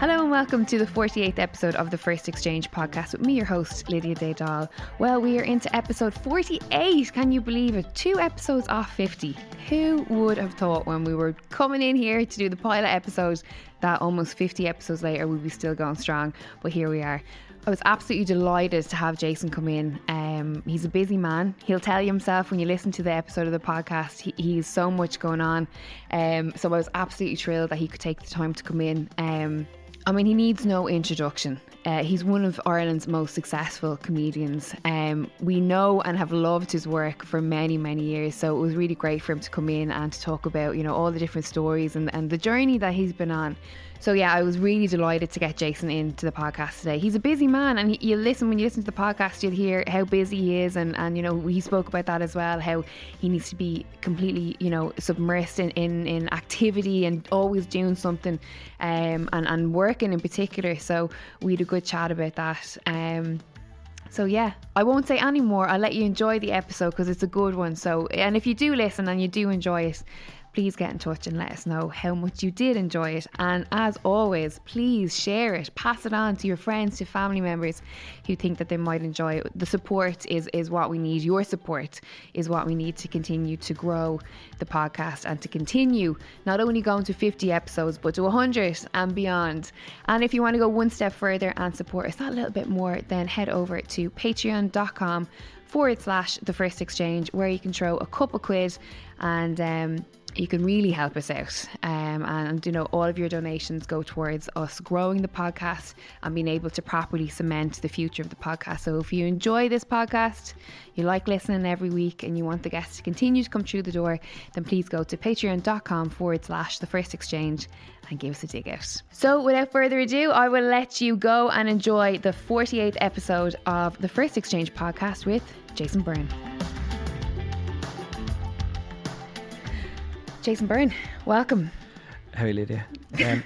Hello and welcome to the 48th episode of the First Exchange podcast with me, your host, Lydia Daydall. Well, we are into episode 48. Can you believe it? Two episodes off 50. Who would have thought when we were coming in here to do the pilot episode that almost 50 episodes later we'd be still going strong? But here we are. I was absolutely delighted to have Jason come in. Um, he's a busy man. He'll tell you himself when you listen to the episode of the podcast. He, he has so much going on. Um, so I was absolutely thrilled that he could take the time to come in. Um, I mean, he needs no introduction. Uh, he's one of Ireland's most successful comedians. Um, we know and have loved his work for many, many years. So it was really great for him to come in and to talk about, you know, all the different stories and, and the journey that he's been on. So yeah, I was really delighted to get Jason into the podcast today. He's a busy man, and he, you listen when you listen to the podcast, you'll hear how busy he is, and and you know he spoke about that as well, how he needs to be completely you know submersed in in, in activity and always doing something, um and and working in particular. So we had a good chat about that. Um, so yeah, I won't say any more. I'll let you enjoy the episode because it's a good one. So and if you do listen and you do enjoy it, please get in touch and let us know how much you did enjoy it. And as always, please share it, pass it on to your friends, to family members who think that they might enjoy it. The support is is what we need. Your support is what we need to continue to grow the podcast and to continue not only going to 50 episodes but to 100 and beyond. And if you want to go one step further and support us that little bit more, then head over to patreon.com forward slash the first exchange where you can throw a couple quid and um, you can really help us out um, and you know all of your donations go towards us growing the podcast and being able to properly cement the future of the podcast so if you enjoy this podcast you like listening every week and you want the guests to continue to come through the door then please go to patreon.com forward slash the first exchange and give us a dig out so without further ado i will let you go and enjoy the 48th episode of the first exchange podcast with jason byrne Jason Byrne, welcome. How are you, Lydia? Um,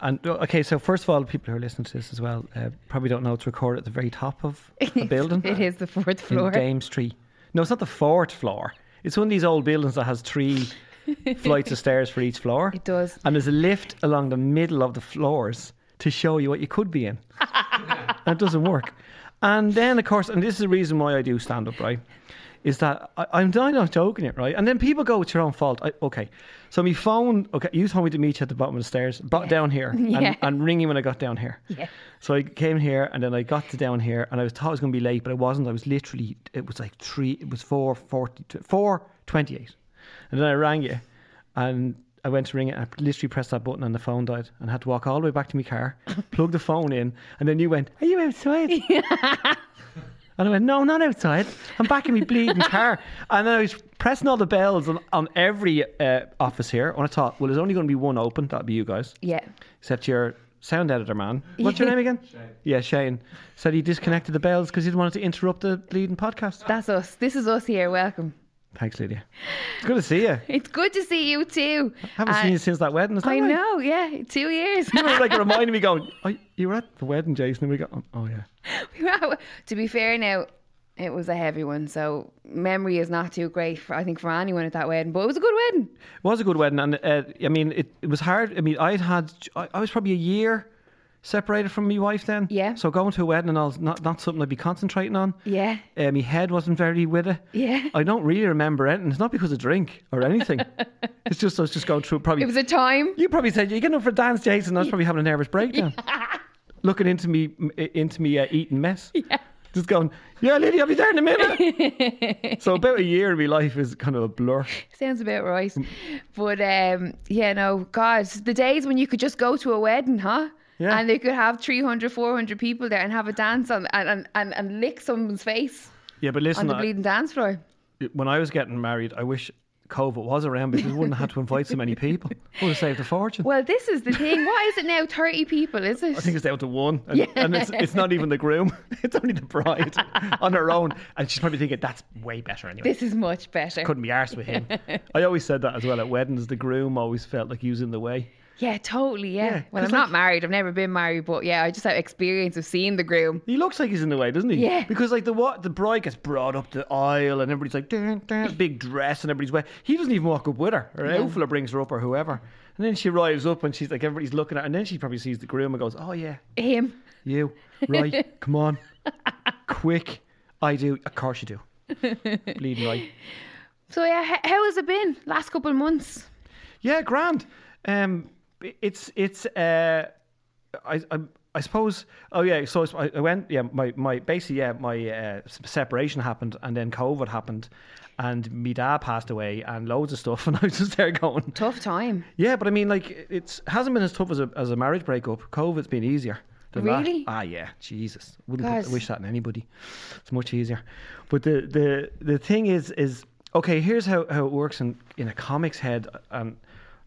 and uh, okay, so first of all, people who are listening to this as well uh, probably don't know it's recorded at the very top of the building. It is the fourth in floor. Dame Street. No, it's not the fourth floor. It's one of these old buildings that has three flights of stairs for each floor. It does. And there's a lift along the middle of the floors to show you what you could be in. and it doesn't work. And then, of course, and this is the reason why I do stand up, right? Is that I, I'm I'm not joking it, right? And then people go, it's your own fault. I, okay. So my phone, okay, you told me to meet you at the bottom of the stairs, but down here, Yeah. and, and ring you when I got down here. Yeah. So I came here and then I got to down here and I was thought I was going to be late, but I wasn't. I was literally, it was like three, it was four, forty, four twenty-eight. And then I rang you and I went to ring it. And I literally pressed that button and the phone died and I had to walk all the way back to my car, plug the phone in, and then you went, Are you outside? And I went, no, not outside. I'm back in my bleeding car. And then I was pressing all the bells on, on every uh, office here. And I thought, well, there's only going to be one open. That'll be you guys. Yeah. Except your sound editor, man. What's your name again? Shane. Yeah, Shane. Said he disconnected the bells because he didn't want it to interrupt the bleeding podcast. That's us. This is us here. Welcome. Thanks, Lydia. It's good to see you. It's good to see you too. Haven't Uh, seen you since that wedding. Is that I right? know, yeah. Two years. You were like reminding me, going, oh, "You were at the wedding, Jason." And we go, "Oh yeah." to be fair now, it was a heavy one, so memory is not too great for I think for anyone at that wedding, but it was a good wedding. It was a good wedding, and uh, I mean, it, it was hard. I mean, I'd had I, I was probably a year separated from my wife then. Yeah. So going to a wedding and all is not not something I'd be concentrating on. Yeah. Uh, my head wasn't very with it. Yeah. I don't really remember anything. It's not because of drink or anything. it's just I was just going through probably. It was a time. you probably said you're getting up for a dance, Jason. I was probably having a nervous breakdown, looking into me into me uh, eating mess. Yeah. Just going, yeah, lady, I'll be there in a minute. so about a year of my life is kind of a blur. Sounds about Mm. right. But um yeah, no, God, the days when you could just go to a wedding, huh? Yeah. and they could have 300, 400 people there and have a dance on and, and, and, and lick someone's face Yeah, but on listen, the I- bleeding dance floor. when I was getting married, I wish COVID was around because we wouldn't have had to invite so many people. Would have saved a fortune. Well, this is the thing. What is it now? 30 people, is it? I think it's down to one, and, and it's, it's not even the groom; it's only the bride on her own, and she's probably thinking that's way better anyway. this is much better. Couldn't be arsed with him. I always said that as well at weddings. The groom always felt like he was in the way. Yeah, totally. Yeah. Yeah, well, 'cause, I'm like- not married. I've never been married, but yeah, I just have experience of seeing the groom. He looks like he's in the way, doesn't he? Yeah. Because like the what the bride gets brought up the aisle and everybody's like dun, dun, big dress and everybody's wet. He doesn't even walk up with her. Or an outfella brings her up or whoever. And then she arrives up and she's like everybody's looking at her and then she probably sees the groom and goes, Oh yeah, Him. you. Right, come on. Quick. I do of course you do. Bleeding right. So yeah, h- how has it been last couple of months? Yeah, grand. Um, it's it's uh, I, I I suppose. Oh yeah, so I, I went. Yeah, my my basically yeah my uh, s- separation happened, and then COVID happened, and me dad passed away, and loads of stuff, and I was just there going. Tough time. Yeah, but I mean, like it's hasn't been as tough as a as a marriage breakup. COVID's been easier. Than Really? That. Ah, yeah. Jesus, wouldn't put, Guys. I wish that on anybody. It's much easier. But the the the thing is is okay. Here's how how it works in in a comic's head, and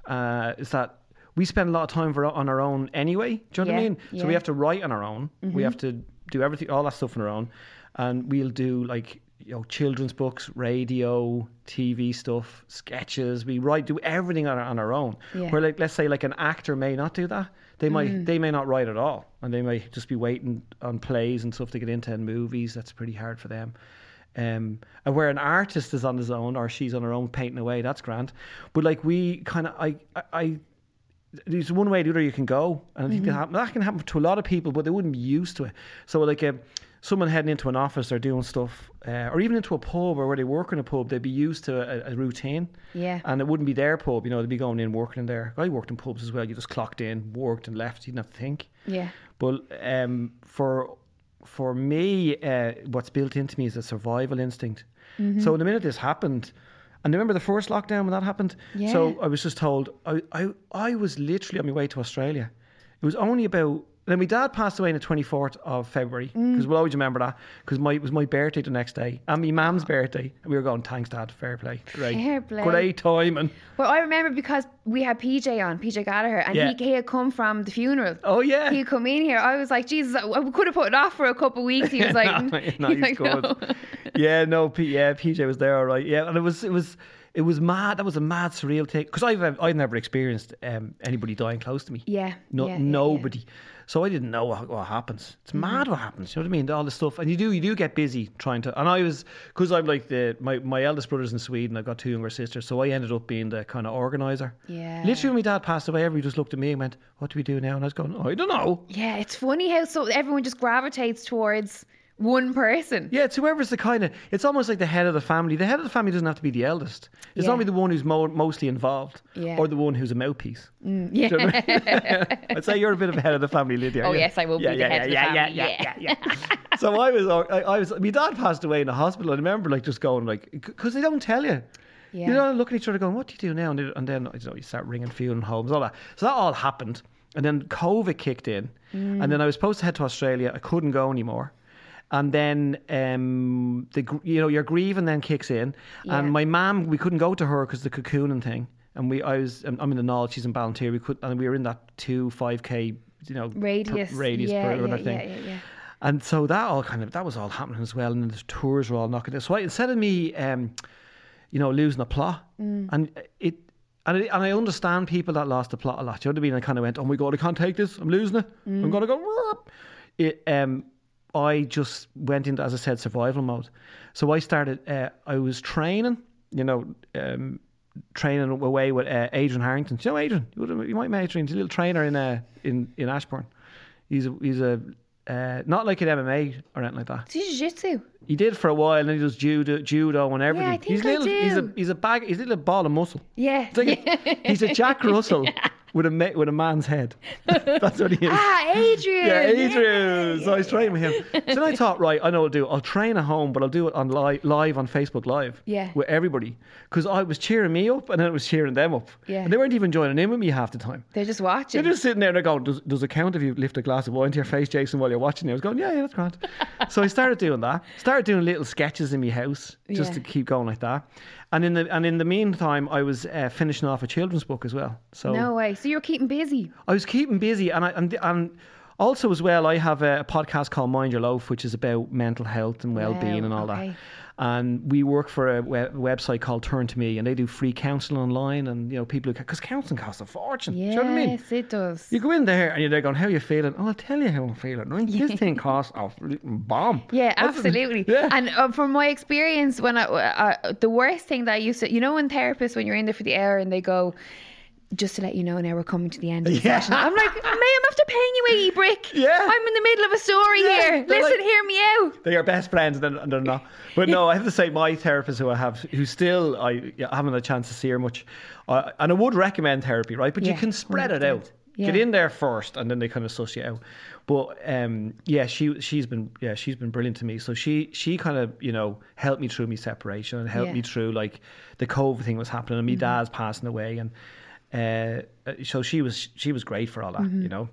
uh, is that. We spend a lot of time for, on our own anyway. Do you know what Yeah, I mean? So we yeah. have to write on our own. We have to do everything, all that stuff on our own, and we'll do like you know children's books, radio, TV stuff, sketches. We write, do everything on our, on our own. Yeah. Where like let's say like an actor may not do that. They might they may not write at all, and they may just be waiting on plays and stuff to get into and movies. That's pretty hard for them. Um, and where an artist is on his own or she's on her own painting away, that's grand. But like we kind of I I. I there's one way or the other you can go, and I think that, happen, that can happen to a lot of people, but they wouldn't be used to it. So, like, um, someone heading into an office or doing stuff, uh, or even into a pub or where they work in a pub, they'd be used to a, a routine. Yeah. And it wouldn't be their pub, you know, they'd be going in, working in there. I worked in pubs as well. You just clocked in, worked, and left. You didn't have to think. Yeah. But um, for for me, uh, what's built into me is a survival instinct. Mm-hmm. So the minute this happened, and remember the first lockdown when that happened. Yeah. So I was just told I, I I was literally on my way to Australia. It was only about then my dad passed away on the twenty fourth of February Mm. because we'll always remember that because my it was my birthday the next day and my mum's birthday and we were going thanks dad fair play great Fair play. great timing Well, I remember because we had PJ on, PJ Gallagher, and Yeah. he, he had come from the funeral. oh yeah He come in here. I was like, Jesus, I, I could have put it off for a couple of weeks. He was like, no, he's no, he's like, good. "No." yeah, no, P- yeah, PJ was there, all right. Yeah, and it was, it was, it was mad. That was a mad, surreal thing because I've, I've never experienced um, anybody dying close to me. Yeah, no, yeah, Mm-hmm. yeah, yeah. nobody. So I didn't know what, what happens. It's mad what happens. You know what I mean? All this stuff, and you do, you do get busy trying to. And I was because I'm like the my my eldest brother's in Sweden. I've got two younger sisters, so I ended up being the kind of organizer. Yeah. Literally, when my dad passed away, everybody just looked at me and went, "What do we do now?" And I was going, "I don't know." Yeah, it's funny how so everyone just gravitates towards one person. Yeah, it's whoever's the kind of. It's almost like the head of the family. The head of the family doesn't have to be the eldest. It's Yeah. only the one who's mo- mostly involved, Yeah. or the one who's a mouthpiece. Yeah. Do you know what I mean? I'd say you're a bit of a head of the family, Lydia. Oh, yeah. yes, I will be the head of the family, yeah. yeah. so I was, I, I was. My dad passed away in the hospital. I remember like just going like, because they don't tell you. Yeah. You know, looking at each other, going, "What do you do now?" And, then- and then I don't know, you start ringing funeral homes, all that. So that all happened, and then COVID kicked in, and Mm. then I was supposed to head to Australia. I couldn't go anymore. And then um, the gr- you know your grieving then kicks in, Yeah. and my mum we couldn't go to her because the cocooning thing, and we I was I'm I'm in the knowledge she's in Ballantyre. We could and we were in that two five k you know per- Radius. radius yeah, perimeter yeah, thing. yeah, yeah, yeah. And so that all kind of that was all happening as well, and the tours were all knocking. it. So I, instead of me, um, you know, losing a plot, and it, and it, and I understand people that lost the plot a lot. You know what I mean? I kind of went, oh my god, I can't take this. I'm losing it. I'm gonna go. "Whoop." It, um, I just went into, as I said, survival mode. So I started. Uh, I was training. You know, um, training away with uh, Adrian Harrington. Do you know Adrian? You, would have, you might know Adrian. He's a little trainer in uh, in in Ashbourne. He's a, he's a uh, not like an MMA or anything like that. It's jiu-jitsu. He did for a while, and then he does judo, judo and everything. I think he's I little. He's a do. he's a bag. He's a little ball of muscle. Yeah. It's like a- he's a Jack Russell with a ma- with a man's head. That's what he is. Ah, Adrian. Yeah, Adrian. So I was training with him. So then I thought, right, I know what I'll do. I'll train at home, but I'll do it on live, live on Facebook Live. Yeah. With everybody, because I was cheering me up, and then it was cheering them up. Yeah. And they weren't even joining in with me half the time. They're just watching. They're just sitting there and they're going, does, does it count if you lift a glass of wine to your face, Jason, while you're watching? it?" I was going, yeah, yeah, that's grand. so I started doing that. Started doing little sketches in my house just Yeah. to keep going like that. And in the and in the meantime, I was uh, finishing off a children's book as well. So No way. So you're keeping busy. I was keeping busy, and I and, and also as well, I have a, podcast called Mind Your Loaf, which is about mental health and well being and all okay. that. And we work for a web- website called Turn to Me, and they do free counselling online, and you know people who because counselling costs a fortune. Yes, Do you know what I mean? it does. You go in there and you're there going, "How you feeling?" Oh, I'll tell you how I'm feeling. Right? This thing costs a flipping bomb. Yeah, That's- absolutely. Yeah. And uh, from my experience, when I, uh, the worst thing that I used to, you know, when therapists, when you're in there for the hour and they go, just to let you know, now we're coming to the end of the Yeah. session. I'm like, mate, I'm after paying you 80 brick. Yeah. I'm in the middle of a story Yeah, here. they're Listen, like- hear me out. they are best friends and they're- and they're not. But no, I have to say, my therapist who I have, who still I, I haven't had a chance to see her much, uh, and I would recommend therapy, right? But Yeah, you can spread it 100%. out. Get Yeah. in there first, and then they kind of suss you out. But um, yeah, she she's been yeah she's been brilliant to me. So she she kind of you know helped me through my separation and helped Yeah. me through like the COVID thing was happening and my dad's passing away and uh, uh, so she was she was great for all that you know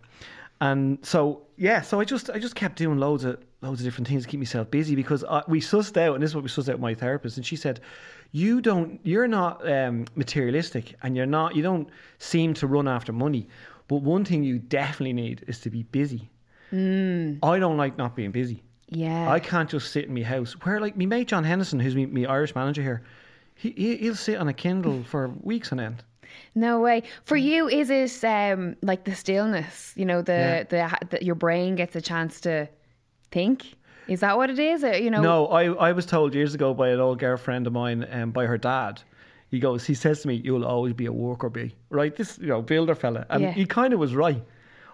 and so yeah so i just i just kept doing loads of loads of different things to keep myself busy because I, we sussed out and this is what we sussed out with my therapist and she said you don't you're not um, materialistic and you're not you don't seem to run after money but one thing you definitely need is to be busy i don't like not being busy Yeah. I can't just sit in my house. Where, like, me mate John Henderson, who's me, me Irish manager here, he, he, he'll sit on a Kindle for weeks on end. No way. For you, is it um, like the stillness? You know, the, the, the your brain gets a chance to think. Is that what it is? Or, you know, No, I, I was told years ago by an old girlfriend of mine, um, by her dad. He goes, he says to me, "You'll always be a worker bee, right?" This, you know, builder fella, and Yeah. he kind of was right.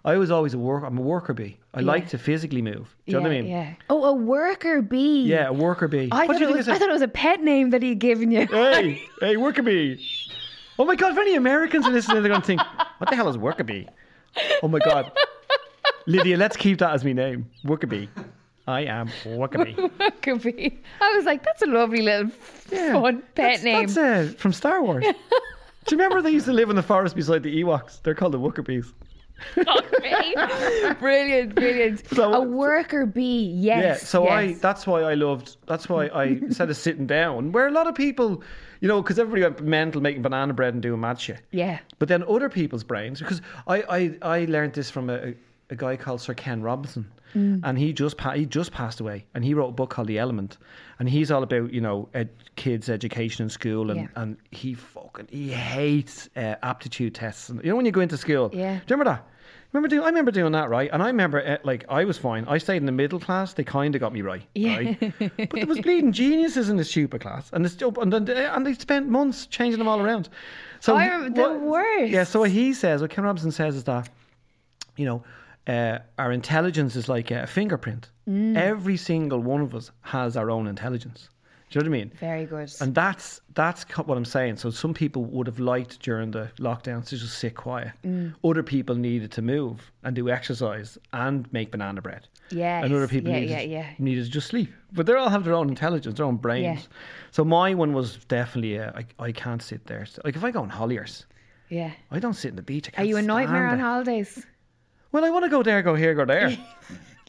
I was always a worker. I'm a worker bee. I like to physically move. Do you yeah, know what I mean? yeah. Oh, a worker bee. Yeah, a worker bee. I what thought, do it you think was, I I said? thought it was a pet name that he'd given you. hey, hey, worker bee. Oh my God, if any Americans are listening, they're going to think, what the hell is worker bee? Oh my God. Lydia, let's keep that as my name. Worker bee. I am worker bee. Could be. I was like, that's a lovely little Yeah. fun pet that's, name. That's uh, from Star Wars. Do you remember they used to live in the forest beside the Ewoks? They're called the worker bees. Great. brilliant, brilliant. So- a worker bee, yes. Yeah, so I yes. that's why I loved that's why I instead of sitting down, where a lot of people, you know, because everybody went mental making banana bread and doing mad shit. Yeah. But then other people's brains, because I, I, I learned this from a, a guy called Sir Ken Robinson, Mm. and he just pa- he just passed away, and he wrote a book called The Element, and he's all about you know ed- kids' education in school, and, Yeah. and he fucking he hates uh, aptitude tests, and you know when you go into school, Yeah. do you remember that? Remember doing, I remember doing that right, and I remember uh, like I was fine. I stayed in the middle class. They kind of got me right, Yeah. right? but there was bleeding geniuses in the stupid class, and the stu- and, then- and they spent months changing them all around. So I he- rem- the worst. Yeah, so what he says, what Ken Robinson says, is that you know, uh, our intelligence is like a fingerprint. Mm. Every single one of us has our own intelligence. Do you know what I mean? Very good. And that's that's co- what I'm saying. So some people would have liked during the lockdowns to just sit quiet. Mm. Other people needed to move and do exercise and make banana bread. Yes, And other people yeah, needed, yeah, yeah. needed to just sleep. But they all have their own intelligence, their own brains. So my one was definitely uh, I I can't sit there. So, like if I go on Holliers, yeah. I don't sit in the beach. I Are can't you a nightmare on stand it. holidays? Well, I want to go there, go here, go there.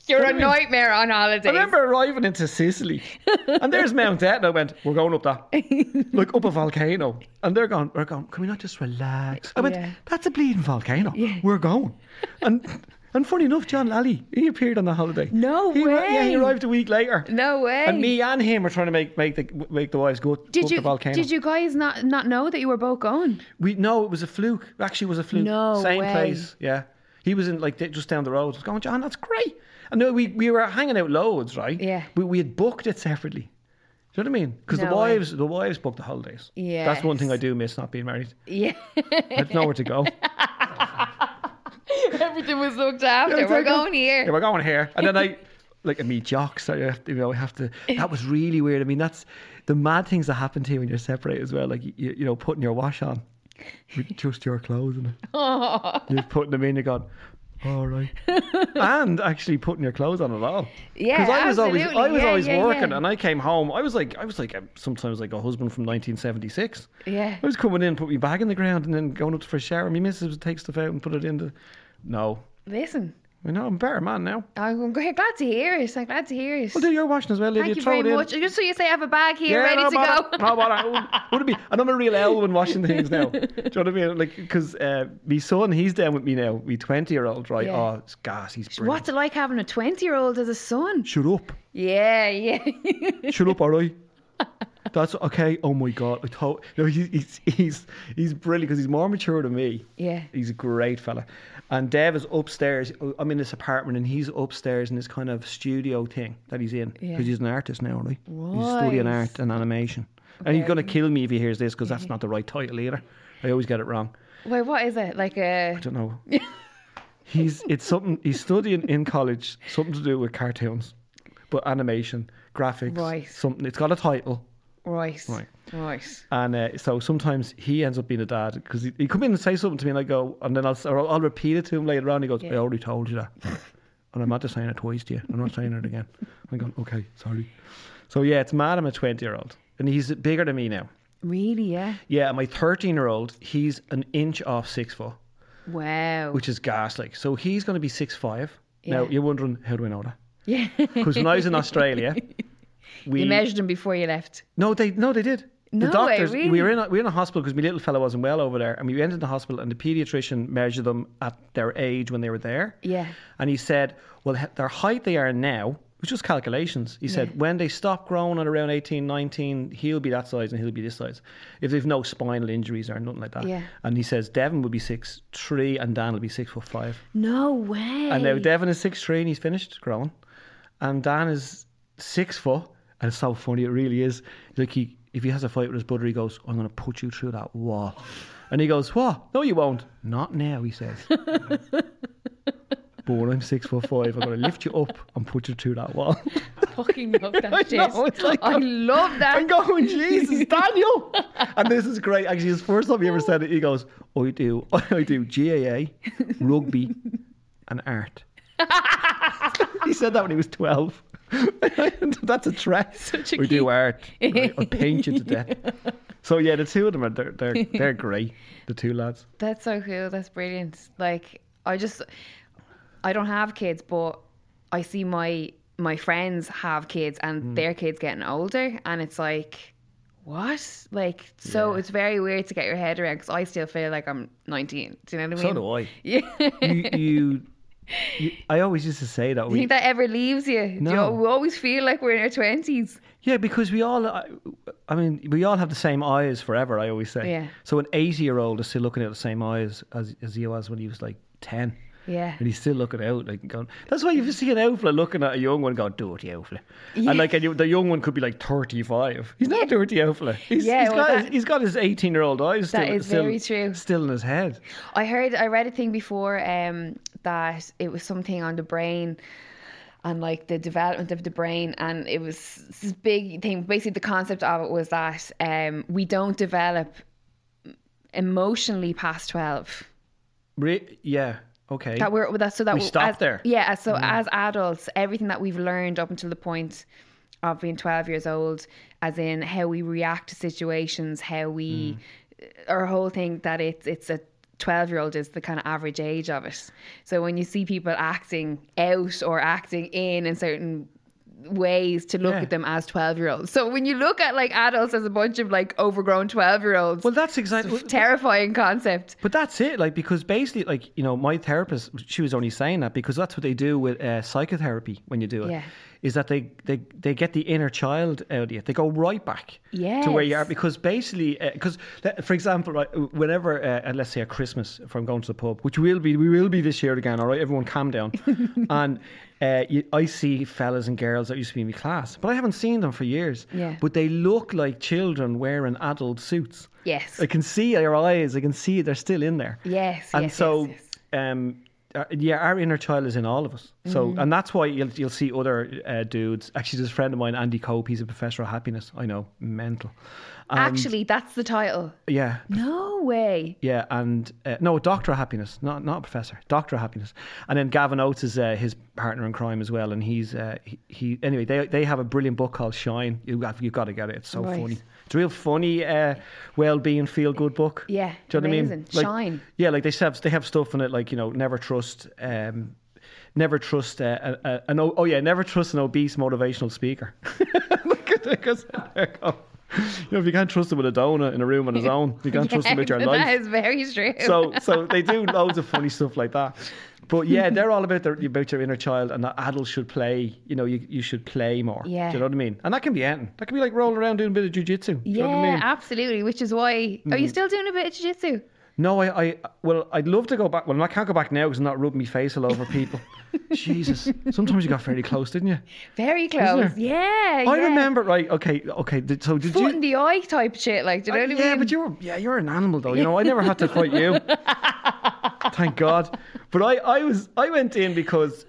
You're What a do you mean? nightmare on I holidays. remember arriving into Sicily, and there's Mount Etna. I went, "We're going up that, like up a volcano." And they're going, "We're going. Can we not just relax?" I went, Yeah. "That's a bleeding volcano. We're going." And and funny enough, John Lally he appeared on the holiday. No he, wa- Yeah, way. he arrived a week later. No way. And me and him were trying to make make the make the wives go did up you the volcano. did you guys not not know that you were both going? We no, it was a fluke. Actually, it was a fluke. No same way. place. Yeah, he was in like just down the road. I was going, John, that's great. And no, we we were hanging out loads, right? Yeah. We we had booked it separately. Do you know what I mean? Because No the way. wives the wives booked the holidays. That's one thing I Yes. do miss not being married. Yeah, I'd know where to go. everything was looked after. Yeah, we're exactly. going here. yeah, we're going here. And then I like I meet jocks. I have to, you know, I have to. That was really weird. I mean, that's the mad things that happen to you when you're separated as well. Like you, you know, putting your wash on. with just your clothes in it. Oh, You're putting them in, you're going, all right. and actually putting your clothes on at all. yeah. I was always I absolutely. was Yeah, always yeah, working yeah. and I came home. I was like I was like a, sometimes like a husband from 1976. Yeah. I was coming in, put my bag in the ground, and then going up for a shower. My missus would take stuff out and put it in the. No, Listen, I know I'm a better man now. I'm gra- glad to hear it. I'm glad to hear it. Well, do your washing as well, Lydia. Thank you Throw very it in. much. Just so you say, I have a bag here Yeah, ready no to go. bother, No bother. Would, would it be? And I'm a real L when washing things now. Do you know what I mean? Like, because uh, my son, he's down with me now. My 20 year old, right? Yeah. Oh, it's gas. He's brilliant. What's it like having a 20 year old as a son? Shut up. Yeah, yeah. Shut up, all right? That's okay. Oh my god! I thought no, he's he's he's, he's brilliant because he's more mature than me. Yeah. he's a great fella. And Dev is upstairs. uh, I'm in this apartment, and he's upstairs in this kind of studio thing that he's in because Yeah. he's an artist now, right? He's studying Right. art and animation. And he's gonna kill me if he hears this because that's not the right title either. I always get it wrong. Wait, what is it? Like a. I don't know. he's it's something he's studying in college, something to do with cartoons, but animation, graphics, Right. something. It's got a title. Right. Right. Right. And uh, so sometimes he ends up being a dad because he, he come in and say something to me, and I go, and then I'll, or I'll, I'll repeat it to him later on. He goes, I already told you that. and I'm not just saying it twice to you. I'm not saying it again. I'm going, okay, sorry. So yeah, it's mad. I'm a 20 year old, and he's bigger than me now. Really, yeah. Yeah, my 13 year old, he's an inch off six foot, Wow. which is gas like. So he's going to be six five. Now Yeah. you're wondering, how do I know that? yeah. Because when I was in Australia, we you measured him before you left. No, they no, they did. No the way, doctors. We were really? in a, we were in a hospital because my little fella wasn't well over there, and we went into the hospital, and the pediatrician measured them at their age when they were there. Yeah. And he said, well, he- their height they are now, it was just calculations. He said, when they stop growing at around 18, 19, he'll be that size and he'll be this size. If they've no spinal injuries or nothing like that. Yeah. And he says, Devon will be six three, and Dan will be six foot five. No way. And now Devon is six three and he's finished growing, and Dan is six foot, and it's so funny. It really is. Like he, if he has a fight with his brother, he goes, "I'm going to put you through that wall," and he goes, "What? No, you won't. Not now," he says. but when I'm six foot five, I'm going to lift you up and put you through that wall. fucking love that shit. know, it's like I a- love that. I'm going, Jesus, Daniel. And this is great. Actually, his first time he ever said it, he goes, I do, I do GAA, rugby, and art. he said that when he was 12. That's a threat. a we do geek. art. Right? I'll paint you to death. So yeah, the two of them are they're they're, they're great. The two lads. That's so cool. That's brilliant. Like I just I don't have kids, but I see my my friends have kids and their kids getting older and it's like what? Like so it's very weird to get your head around cuz I still feel like I'm 19. Do you know what I mean? I. Yeah. You, you, you I always used to say that. Do you We, think that ever leaves you? Do No. you, we always feel like we're in our 20s. Yeah, because we all, I I mean, we all have the same eyes forever, I always say. Yeah. So an 80 year old is still looking at the same eyes as, as he was when he was like 10. Yeah. And he's still looking out, like going. That's why you see an outfit looking at a young one, going dirty outfit, Yeah. and like and you, the young one could be like thirty-five. He's not a dirty outfit. He's, Yeah, he's well, got that- his, he's got his eighteen-year-old eyes. That still, is still- very true. Still in his head. I heard I read a thing before um that it was something on the brain and like the development of the brain and it was this big thing basically the concept of it was that um we don't develop emotionally past 12 Re- yeah. Okay. that we're that so that We we're- stop as- there. Mm-hmm. yeah as- so as adults everything that we've learned up until the point of being 12 years old as in how we react to situations how we Mm. uh, our whole thing that it's it's a 12 year old is the kind of average age of it so when you see people acting out or acting in in certain ways to look Yeah. at them as 12 year olds so when you look at like adults as a bunch of like overgrown 12 year olds well, that's exactly. terrifying concept But that's it, like because basically, like you know, my therapist, she was only saying that because that's what they do with uh, psychotherapy when you do it, is Yeah. that they, they they get the inner child out of you. They go right back to where you are Yes. because basically, because for example, right, whenever uh, and let's say at Christmas, if I'm going to the pub, which will be we will be this year again, all right, everyone, calm down, and uh, you, I see fellas and girls that used to be in my class, but I haven't seen them for years, Yeah. but they look like children wearing adult suits. yes I can see their eyes. I can see they're still in there. yes And yes, so, yes, yes. Mm-hmm. um, uh, yeah, our inner child is in all of us. So, and that's why you'll you'll see other uh, dudes. Actually, there's a friend of mine, Andy Cope. He's a professor of happiness. I know, mental. And- Actually, that's the title. yeah, No way. yeah, and uh, no, Doctor of Happiness, not not Professor, Doctor of Happiness, and then Gavin Oates is uh, his partner in crime as well, and he's uh, he, he anyway they they have a brilliant book called Shine. You have you got to get it. It's so Right. funny. It's a real funny, uh, well-being, feel-good book. Yeah, do you know what I mean? amazing. Shine. Yeah, like they have they have stuff in it like you know never trust. Um, Never trust uh, a, a, an o- oh yeah never trust an obese motivational speaker because there you go. You know if you can't trust him with a donut in a room on his own you can't trust him with your that life is very true. so so they do loads of funny stuff like that. But yeah, they're all about their about your inner child and that adults should play. You know, you, you should play more. Yeah. Do you know what I mean? And that can be anything. That can be like rolling around doing a bit of jujitsu. Do you yeah, know what I mean? absolutely. Which is why. Are Hmm. you still doing a bit of jiu-jitsu? No, I, I well, I'd love to go back. Well, I can't go back now because I'm not rubbing my face all over people. Jesus, sometimes you got fairly close, didn't you? Very close. there? Yeah. I yeah. remember, right? Okay, okay. did- So did Foot you? in the eye type shit. Like, do you know what I mean? Uh, yeah, but you were yeah, you're an animal though. You know, I never had to fight you. Thank God. But I, I was I went in because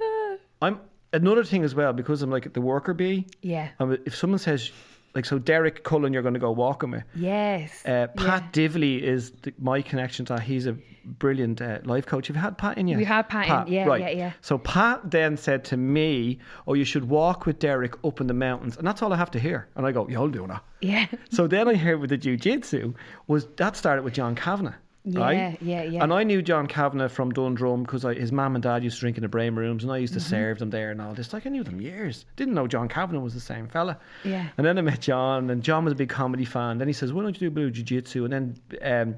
I'm another thing as well because I'm like the worker bee. Yeah. I'm, if someone says like so, Derek Cullen, you're going to go walking with. Yes. Uh, Pat Divley is the, my connection to. He's a brilliant uh, life coach. Have you had Pat in yet? We had Pat in, yeah, right. yeah, yeah. So Pat then said to me, "Oh, you should walk with Derek up in the mountains," and that's all I have to hear. And I go, "Yeah, I'll do that." yeah. So then I heard with the jujitsu was that started with John Kavanagh. Yeah, right? yeah, yeah. And I knew John Kavanagh from Dundrum because his mum and dad used to drink in the Brain Rooms and I used to serve them there and all this. Like I knew them years. Didn't know John Kavanagh was the same fella. Yeah. And then I met John and John was a big comedy fan. Then he says, Why don't you do blue jiu-jitsu? And then um,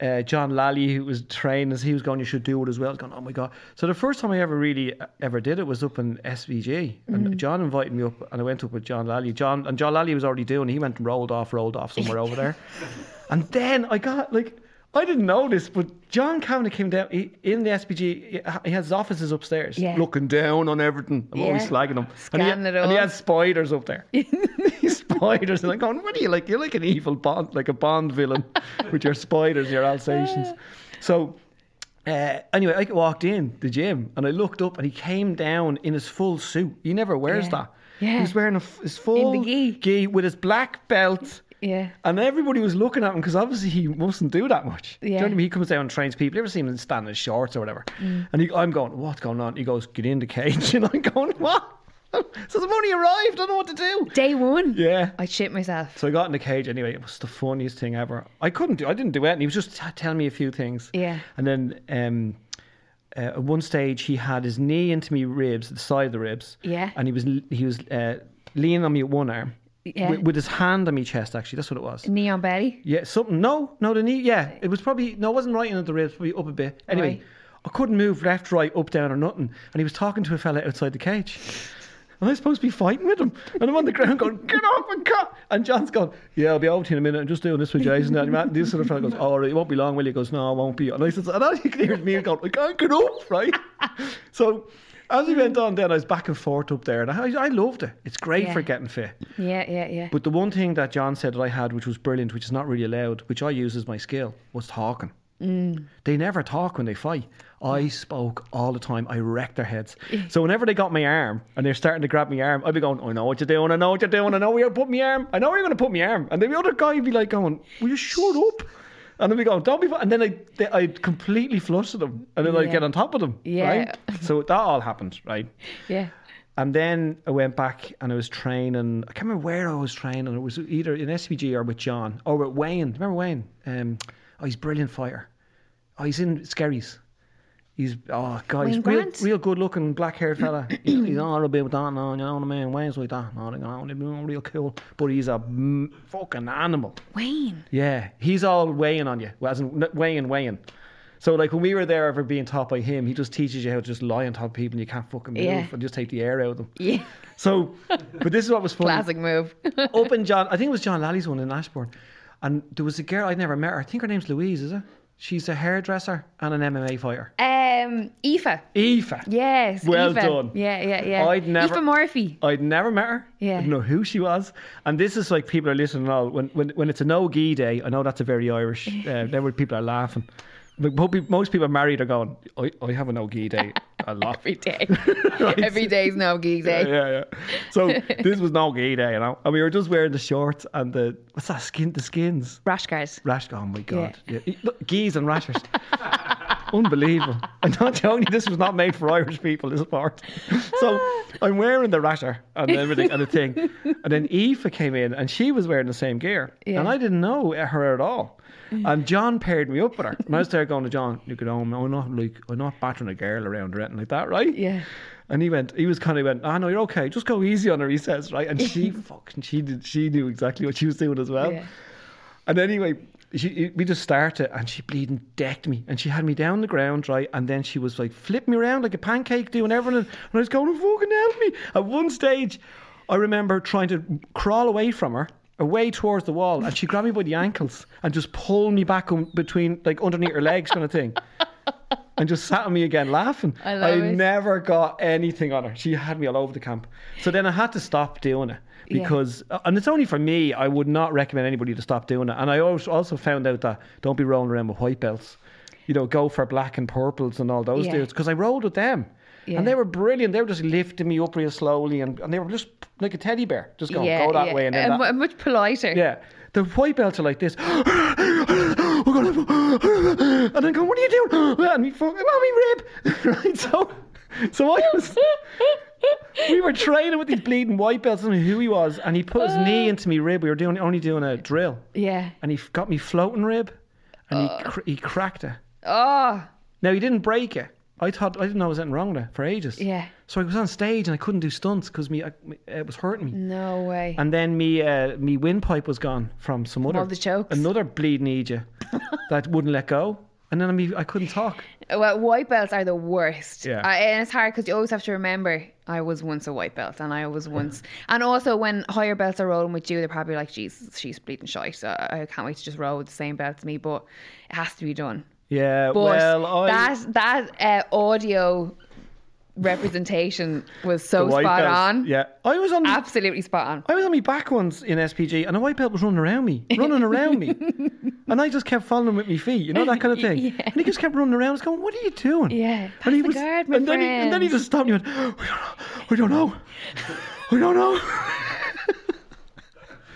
uh, John Lally, who was trained as he was going, You should do it as well. I was going, Oh my God. So the first time I ever really uh, ever did it was up in SVG. And John invited me up and I went up with John Lally. John and John Lally was already doing it. He went and rolled off, rolled off somewhere over there. And then I got like I didn't know this, but John Kavanagh came down he, in the SPG. He has his offices upstairs, Yeah. looking down on everything. I'm always Yeah. slagging him, and Scanning he, it and he all. had spiders up there. These spiders, and I'm going, "What are you like? You're like an evil Bond, like a Bond villain, with your spiders, and your Alsatians." So uh, anyway, I walked in the gym and I looked up and he came down in his full suit. He never wears Yeah. that. Yeah. He was wearing a f his full gi. gi with his black belt. Yeah. And everybody was looking at him because obviously he mustn't do that much. Do you know Yeah. Mm. what I mean? He comes down and trains people. You ever seen him stand in shorts or whatever? And he, I'm going, what's going on? He goes, get in the cage. And I'm going, what? So I've only arrived. I don't know what to do. Day one. Yeah. I shit myself. So I got in the cage anyway. It was the funniest thing ever. I couldn't do. I didn't do it, and he was just t- telling me a few things. Yeah. And then um, uh, at one stage, he had his knee into me ribs, the side of the ribs. Yeah. And he was l- he was uh, leaning on me with one arm, Yeah. with, with his hand on my chest. Actually, that's what it was. Neon belly. Yeah. Something. No. No. The knee. Yeah. It was probably no. It wasn't right in at the ribs. Probably up a bit. Anyway. Right. I couldn't move left, right, up, down, or nothing. And he was talking to a fella outside the cage. Am I supposed to be fighting with him? And I'm on the ground going, get up and cut. And John's gone, yeah, I'll be over to you in a minute. I'm just doing this with Jason. And Matt, this sort of fellow goes, oh, all right, it won't be long, will you? He goes, no, it won't be. And I said, and as he clears me and going, I can't get up, right? so as we went on then, I was back and forth up there. And I, I loved it. It's great Yeah. for getting fit. Yeah, yeah, yeah. But the one thing that John said that I had, which was brilliant, which is not really allowed, which I use as my skill, was talking. Mm. They never talk when they fight. I spoke all the time. I wrecked their heads. So whenever they got my arm and they're starting to grab my arm, I'd be going, I know what you're doing. I know what you're doing. I know where you're putting my arm. I know where you're going to put my arm. And then the other guy would be like going, will you shut up? And then we go, don't be. fu-" And then I, they, I'd completely fluster them, and then I'd Yeah. get on top of them. Yeah. Right? So that all happened, right? yeah. And then I went back and I was training. I can't remember where I was training. It was either in SVG or with John or with Wayne. Remember Wayne? Um, oh, he's a brilliant fighter. Oh, he's in Skerries. He's oh god, Wayne he's real, Grant? real good looking black haired fella. he's he's all a bit with that now, you know what I mean? Wayne's like that, no, you know, they're being real cool. But he's a m- fucking animal. Wayne. Yeah, he's all weighing on you, well, as in n- weighing, weighing. So like when we were there ever being taught by him, he just teaches you how to just lie on top of people and you can't fucking move Yeah. and just take the air out of them. Yeah. So, but this is what was funny. Classic move. Open John, I think it was John Lally's one in Ashbourne, and there was a girl I'd never met her. I think her name's Louise, is it? She's a hairdresser and an MMA fighter. um, Aoife. Aoife. Yes. Well Aoife. done. Yeah, yeah, yeah. I'd never- Aoife Murphy. I'd never met her. Yeah. Didn't know who she was. And this is like people are listening and all. When when, when it's a no gi day, I know that's a very Irish. Uh, then when people are laughing. Like, mo- pe- most people are married are going, I, I have an OG day a lot. every day. Right. Every day's no gig yeah, day. yeah, yeah. So this was no gay day, you know. And we were just wearing the shorts and the what's that skin? The skins, Rash guards. rash. Oh my god, yeah. Look, geese and rashers. Unbelievable. I'm not joking. This was not made for Irish people. This part. So I'm wearing the rasher and everything and the thing, and then Aoife came in and she was wearing the same gear, Yeah. and I didn't know her at all. And John paired me up with her, and I was there going to John, "Look at home. I'm not like I'm not battering a girl around or anything like that, right?" Yeah. And he went, he was kind of went, ah, no, you're okay. Just go easy on her, he says, right? And she fucking, she did, she knew exactly what she was doing as well. Yeah. And anyway, she, we just started and she bleeding decked me and she had me down the ground, right? And then she was like flipping me around like a pancake doing everything. And I was going, "Oh, fucking help me. At one stage, I remember trying to crawl away from her. Away towards the wall, and she grabbed me by the ankles and just pulled me back um, between, like underneath her legs, kind of thing and just sat on me again laughing. I love it. never got anything on her. She had me all over the camp. So then I had to stop doing it Yeah. because, uh, and it's only for me, I would not recommend anybody to stop doing it. And I als- also found out that don't be rolling around with white belts. You know, go for black and purples and all those Yeah. dudes because I rolled with them. Yeah. And they were brilliant. They were just lifting me up real slowly and, and they were just like a teddy bear, just going, yeah, go that yeah. Uh, way and then that. mu- much politer. Yeah. The white belts are like this. Oh, God. and I'm going, what are you doing? And me fucking, mommy rib. right? So, so I was, we were training with these bleeding white belts. I don't know who he was. And he put his knee Uh. into me rib. We were doing only doing a drill. Yeah. And he f- got me floating rib. And he, Uh. cr- he cracked it. Oh, Now, he didn't break it. I thought, I didn't know there was anything wrong with it for ages. yeah. So I was on stage and I couldn't do stunts because me, I, me- it was hurting me. No way. And then me uh, me windpipe was gone from some other all the chokes. another bleeding Asia that wouldn't let go. And then I mean, I couldn't talk. Uh, Well, white belts are the worst. Yeah. Uh, and it's hard because you always have to remember I was once a white belt and I was once. And also, when higher belts are rolling with you, they're probably like, Jesus, she's bleeding shite. I, I can't wait to just roll with the same belt as me, but it has to be done. Yeah. But well, I, that, that uh, audio representation was so the white spot belt- on. Yeah, I was on. Absolutely spot on. I was on my back once in SPG, and a white belt was running around me, running around me, and I just kept following with my feet, you know that kind of thing. Yeah. And he just kept running around, I was going, "What are you doing?" Yeah, and he pass the was, guard, my and then he, and then he friend. just stopped. And he went, "We don't know, we don't know, we don't know."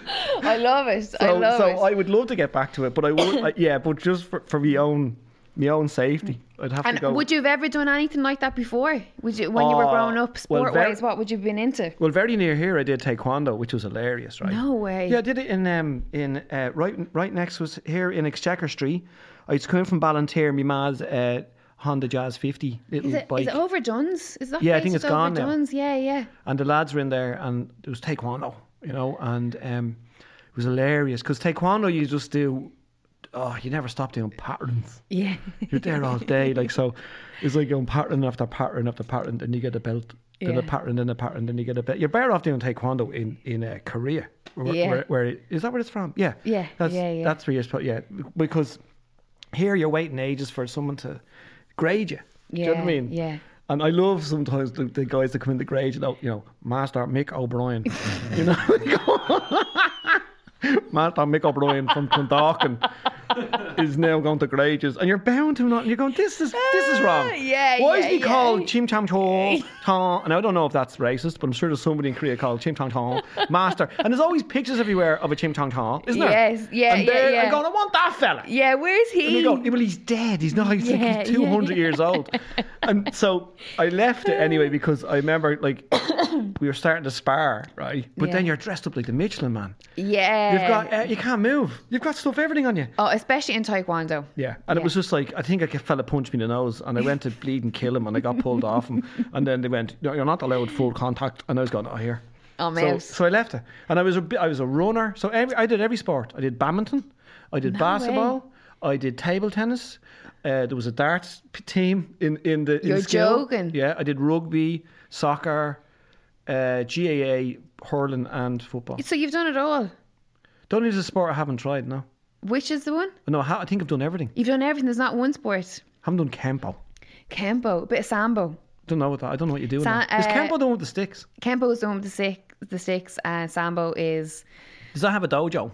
I love it. I So, love so it. I would love to get back to it, but I would, I, yeah, but just for, for my own, my own safety, I'd have to and go. would you have ever done anything like that before? Would you, when you were Uh, growing up, well, sport very- wise, what would you have been into? well, very near here, I did taekwondo, which was hilarious, right? No way. Yeah, I did it in um in uh, right right next was here in Exchequer Street. I was coming from Ballantyre, my ma's uh, Honda Jazz 50 little Is it, bike, is it overdone's? Is that Yeah, I place think just it's gone now. Overdone's? Yeah, yeah. and the lads were in there, and it was taekwondo, you know, and um, it was hilarious because taekwondo you just do, oh, you never stop doing patterns. Yeah. You're there all day, like so. It's like going pattern after pattern after pattern, and you get a belt, then Yeah. a pattern, then a pattern, then you get a belt. You're better off doing taekwondo in in uh, Korea. Where, Yeah. Where, where it, is that where it's from? Yeah. Yeah, That's, yeah, yeah. That's where you're supposed. Yeah, because here you're waiting ages for someone to grade you. Do you know what I Yeah, mean? yeah. And I love sometimes the, the guys that come in the grade, you know, you know, Master Mick O'Brien, you know, Master Mick O'Brien from Clondalkin is now going to grade you, and you're bound to not. And you're going, this is this is wrong. Ah, yeah, Why is yeah, he yeah. called Chim Cham Chong? Chong? And I don't know if that's racist, but I'm sure there's somebody in Korea called Chim Cham Chong Master. And there's always pictures everywhere of a Chim Cham Chong, isn't there? Yes, yeah, And yeah, they're- yeah. I'm going, I want that fella. Yeah, where's And he? they go, well, he's dead. He's not. He's, Yeah, like, he's two hundred yeah, yeah. years old. And so I left it anyway because I remember like we were starting to spar, right? But then Yeah. you're dressed up like the Michelin Man. yeah. You've got uh, you can't move. You've got stuff everything on you. oh, especially in Taekwondo. Yeah, and it was just like I think a fella punched me in the nose, and I went to bleed and kill him, and I got pulled off him, and then they went, "No, you're not allowed full contact," and I was going, "Oh, here." Oh, So, man. so I left it, and I was a, bi- I was a runner. So every, I did every sport. I did badminton, I did basketball, I did table tennis. Uh, there was a darts p- team in in the. in You're the school. joking. Yeah, I did rugby, soccer, uh, GAA, hurling, and football. So you've done it all. Don't is a sport I haven't tried. No, Which is the one? no, I, ha- I think I've done everything. You've done everything. There's not one sport. haven't done kempo. Kempo, a bit of sambo. Don't know what that. I don't know what you're doing. Sa- now. Is uh, Kempo the one with the sticks? Kempo is the one with the six, the sticks, and sambo is Does that have a dojo?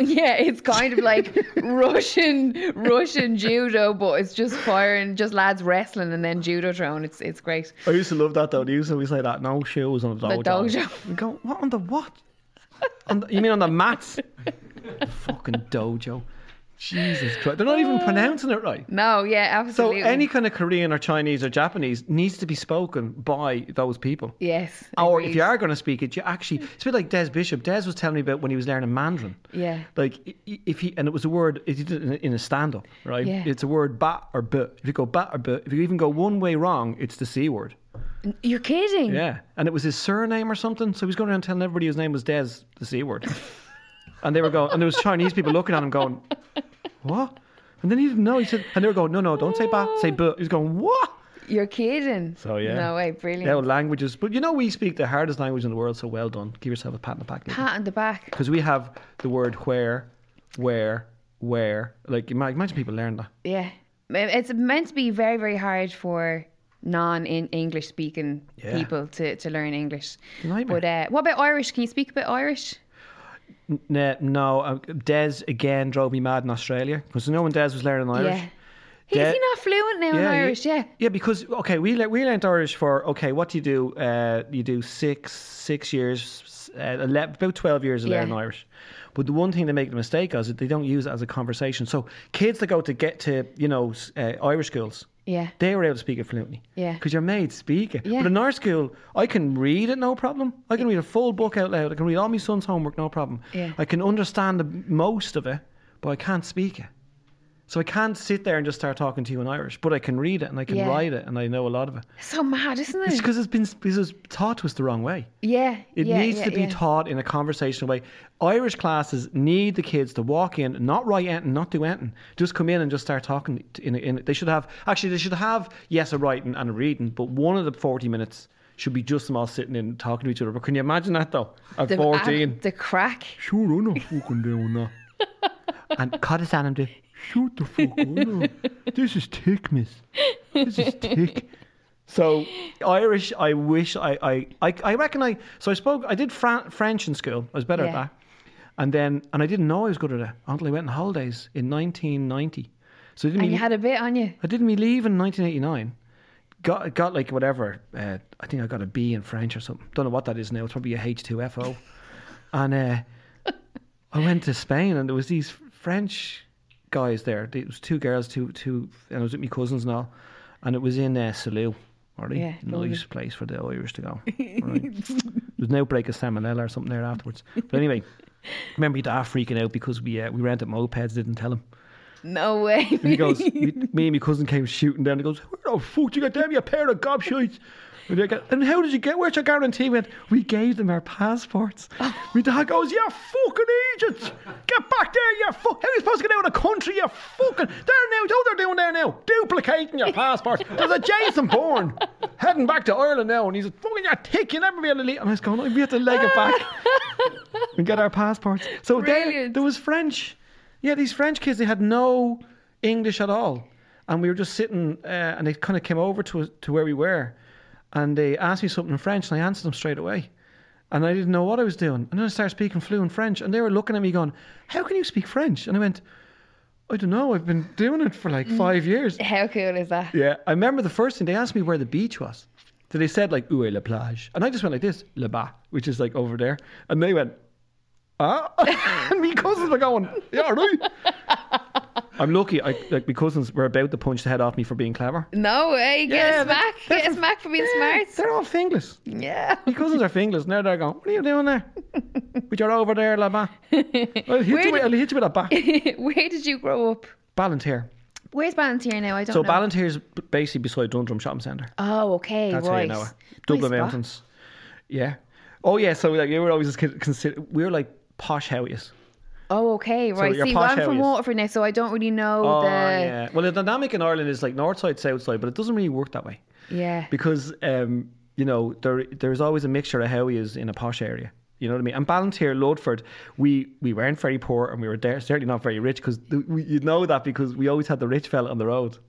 yeah, it's kind of like Russian Russian judo, but it's just firing, just lads wrestling and then judo thrown. It's it's great. I used to love that though. They used to always say that no shoes on the The dojo. dojo. We go what on the what? on the, you mean on the mats? Fucking dojo. Jesus Christ! They're not even pronouncing it right. No, yeah, So Oh. absolutely. any kind of Korean or Chinese or Japanese needs to be spoken by those people. yes, Or agreed. if you are going to speak it, you actually. It's a bit like Des Bishop. Des was telling me about when he was learning Mandarin. yeah, Like i- i- if he and it was a word it did it in a- in a stand-up, right? Yeah. It's a word bat or but. If you go bat or but, if you even go one way wrong, it's the c word. you're kidding. Yeah, and it was his surname or something. So he was going around telling everybody his name was Des, the C word. and they were going, and there was Chinese people looking at him going, what? And then he didn't know. He said, and they were going, no, no, don't say ba, say but. He was going, what? You're kidding. So, yeah. No way, brilliant. Yeah, well, languages. But you know, we speak the hardest language in the world, so well done. Give yourself a pat on the back. Pat on the back. Because we have the word where, where, where. Like, ima- imagine people learn that. Yeah, it's meant to be very very hard for non English speaking Yeah. people to to learn English. Nightmare. But uh, what about Irish? Can you speak a bit Irish? N- no, uh, Des again drove me mad in Australia. Because you know when Des was learning Irish? Yeah. He's Yeah. he not fluent now in Yeah, you- Irish? Yeah. Yeah, because okay, we le- we learned Irish for okay. What do you do? Uh, you do six six years, uh, ele about twelve years of Yeah. learning Irish. But the one thing they make the mistake of is that they don't use it as a conversation. So kids that go to get to you know s- uh, Irish schools, Yeah. they were able to speak it fluently. Yeah. because you're made to speak it. Yeah. But in our school, I can read it no problem. I can read a full book out loud. I can read all my son's homework no problem. Yeah. I can understand the, most of it, but I can't speak it. So I can't sit there and just start talking to you in Irish, but I can read it and I can Yeah. Hmm. write it and I know a lot of it. So mad, isn't it? It's because it's been because it's taught to us the wrong way. yeah. It yeah, needs yeah, to be yeah. taught in a conversational way. Irish classes need the kids to walk in, not write anything, not do anything. Just come in and just start talking. to- In, in, they should have actually they should have yes a writing and a reading, but one of the forty minutes should be just them all sitting in and talking to each other. But can you imagine that though? At The- fourteen, ah, the crack. Sure, I know fucking doing that. and Curtis Adam did, shoot the fuck up. This is tick, miss. This is tick. So Irish, I wish I, I, I, I reckon I, so I spoke, I did Fran- French in school. I was better Yeah. at that. And then, and I didn't know I was good at it until I went on holidays in 1990. So I didn't And you mean, had a bit on you. I didn't me leave in 1989. Got got like whatever. Uh, I think I got a B in French or something. Don't know what that is now. It's probably a H2FO. and uh, I went to Spain and there was these French guys there. It was two girls, two two, and I was with my cousins and all. And it was in uh, Salou. Already, Yeah, lovely. nice place for the Irish to go. Right. there was an outbreak of salmonella or something there afterwards. But anyway, remember he'd half freaking out because we uh, we rented mopeds, didn't tell him. No way. And he goes, me, me and my cousin came shooting down. He goes, where the fuck did you get them, you pair of gobshites? And, they go, and how did you get, where's your guarantee? We went, we gave them our passports. My dad goes, you fucking agents. Get back there, you fuck. How are you supposed to get out of the country, you fucking. There now, do what they're doing there now. Duplicating your passports. There's a Jason Bourne heading back to Ireland now. And he's like, fucking, you're tick, you'll never be able to leave. And I was going, we have to leg it back and get our passports. So then Brilliant. there was French. Yeah, these French kids, they had no English at all. And we were just sitting, uh, and they kind of came over to, us- to where we were. And they asked me something in French, and I answered them straight away. And I didn't know what I was doing. And then I started speaking fluent French, and they were looking at me going, How can you speak French? And I went, I don't know, I've been doing it for like five years. How cool is that? Yeah, I remember the first thing they asked me where the beach was. So they said like "Où est la plage?" And I just went like this, "Le bas," which is like over there. And they went, "Ah," and me cousins were going, "Yeah, right." I'm lucky. I, like my cousins were about to punch the head off me for being clever. No way. Get Yeah, us but- back. Get us back for being smart. They're all Finglish. Yeah. My cousins are Finglish, and they're there going, "What are you doing there?" But you're over there, le bas. I'll hit, Where you, with- did- I'll hit you with a bat. Where did you grow up? Ballantyre. Where's Ballantyre now? I don't So know. Ballantyre's b- basically beside Dundrum Shopping Centre. oh, okay. That's right. how you know it. Nice Dublin spot. Mountains. Yeah. Oh yeah. So like, we were always consider we were like posh houses. Oh, okay. Right. your See, posh well, I'm from areas. Waterford now, so I don't really know Oh the. yeah. Well, the dynamic in Ireland is like north side, south side, but it doesn't really work that way Yeah. because um, you know there there's always a mixture of how he is in a posh area. You know what I mean? And Ballantyre, Ludford, we we weren't very poor and we were there, certainly not very rich because you know that because we always had the rich fella on the road.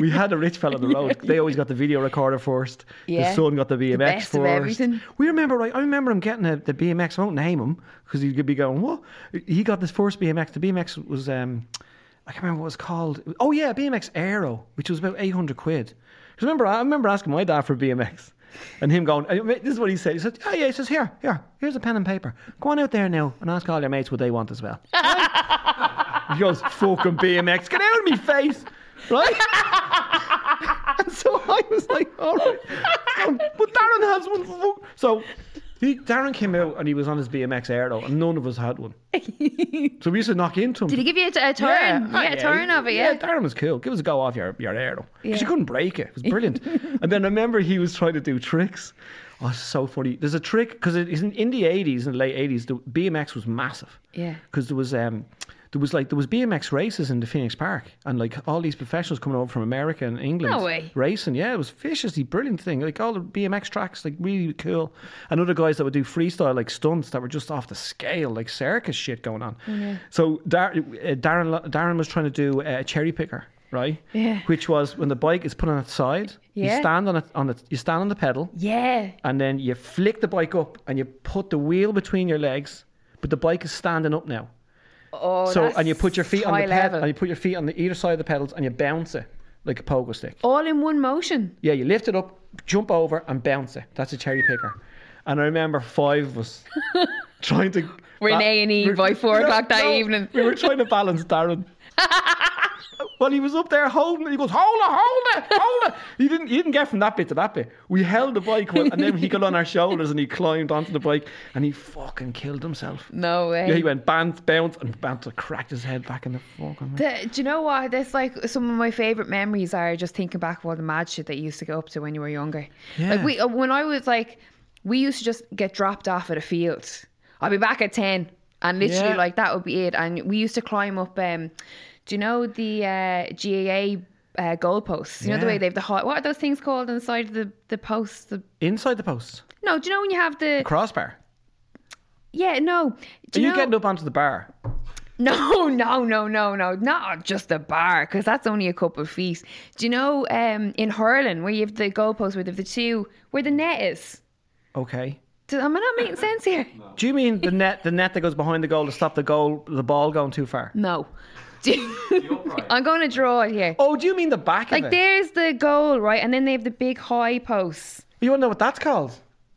We had a rich fella on the road. They always got the video recorder first. Yeah. The son got the BMX best of first. everything. We remember, right? I remember him getting a, the BMX. I won't name him because he'd be going, what? He got this first BMX. The BMX was, um, I can't remember what it was called. Oh, yeah, BMX Aero, which was about 800 quid. 'Cause remember, I remember asking my dad for BMX and him going, I mean, this is what he said. He said, oh, yeah, he says, here, here, here's a pen and paper. Go on out there now and ask all your mates what they want as well. he goes, fucking BMX, get out of me face. Right? And so I was like, all right. Um, but Darren has one. fu- So he, Darren came out and he was on his BMX Aero, and none of us had one. So we used to knock into him. Did he give you a, a turn? ah, Yeah, a turn of it, yeah. Darren was cool. Give us a go off your, your Aero. Yeah. Because you couldn't break it. It was brilliant. and then I remember he was trying to do tricks. Oh, it's so funny. There's a trick, because in, in the 80s and late 80s, the BMX was massive Yeah. because there was um there was like there was BMX races in the Phoenix Park and like all these professionals coming over from America and England No way. racing yeah it was viciously brilliant thing like all the BMX tracks like really cool and other guys that would do freestyle like stunts that were just off the scale like circus shit going on Mm, so Dar- uh, Darren Lo- Darren was trying to do uh, a cherry picker right Yeah. which was when the bike is put on its side Yeah. you stand on it on it you stand on the pedal Yeah. and then you flick the bike up and you put the wheel between your legs, but the bike is standing up now. Oh, so that's and you put your feet on high the pedal level. and you put your feet on the either side of the pedals and you bounce it like a pogo stick. All in one motion. Yeah, you lift it up, jump over and bounce it. That's a cherry picker. And I remember five of us trying to We're in ba- A&E we're- by four No, o'clock that no, evening. We were trying to balance Darren. Well, he was up there holding it. He goes, hold it, hold it, hold it. He didn't, he didn't get from that bit to that bit. We held the bike, well, and then he got on our shoulders and he climbed onto the bike and he fucking killed himself. No way. Yeah, he went bounce, bounce, and bounce, and cracked his head back in the fucking. The- do you know what? That's like some of my favorite memories are just thinking back of all the mad shit that you used to get up to when you were younger. Like Yeah. we, uh, when I was like, we used to just get dropped off at a field. I'd be back at ten, and literally Yeah. like that would be it. And we used to climb up. Um, do you know the uh, GAA? Uh, goalposts. You know the Yeah. way they've the hot. What are those things called on the side of the the posts? The Inside the post, no. Do you know when you have the? crossbar. Yeah, no. Do Are you, know, getting up onto the bar? No, no, no, no, no, not just a bar, because that's only a couple of feet. Do you know um, in hurling where you have the goalpost where you have the two where the net is? Okay. Do, am I not making sense here? Do you mean the net, the net that goes behind the goal to stop the goal, the ball going too far? No. Do you- I'm going to draw it here. Oh, do you mean the back Like of it? there's the goal, right? And then they have the big high posts. You want to know what that's called?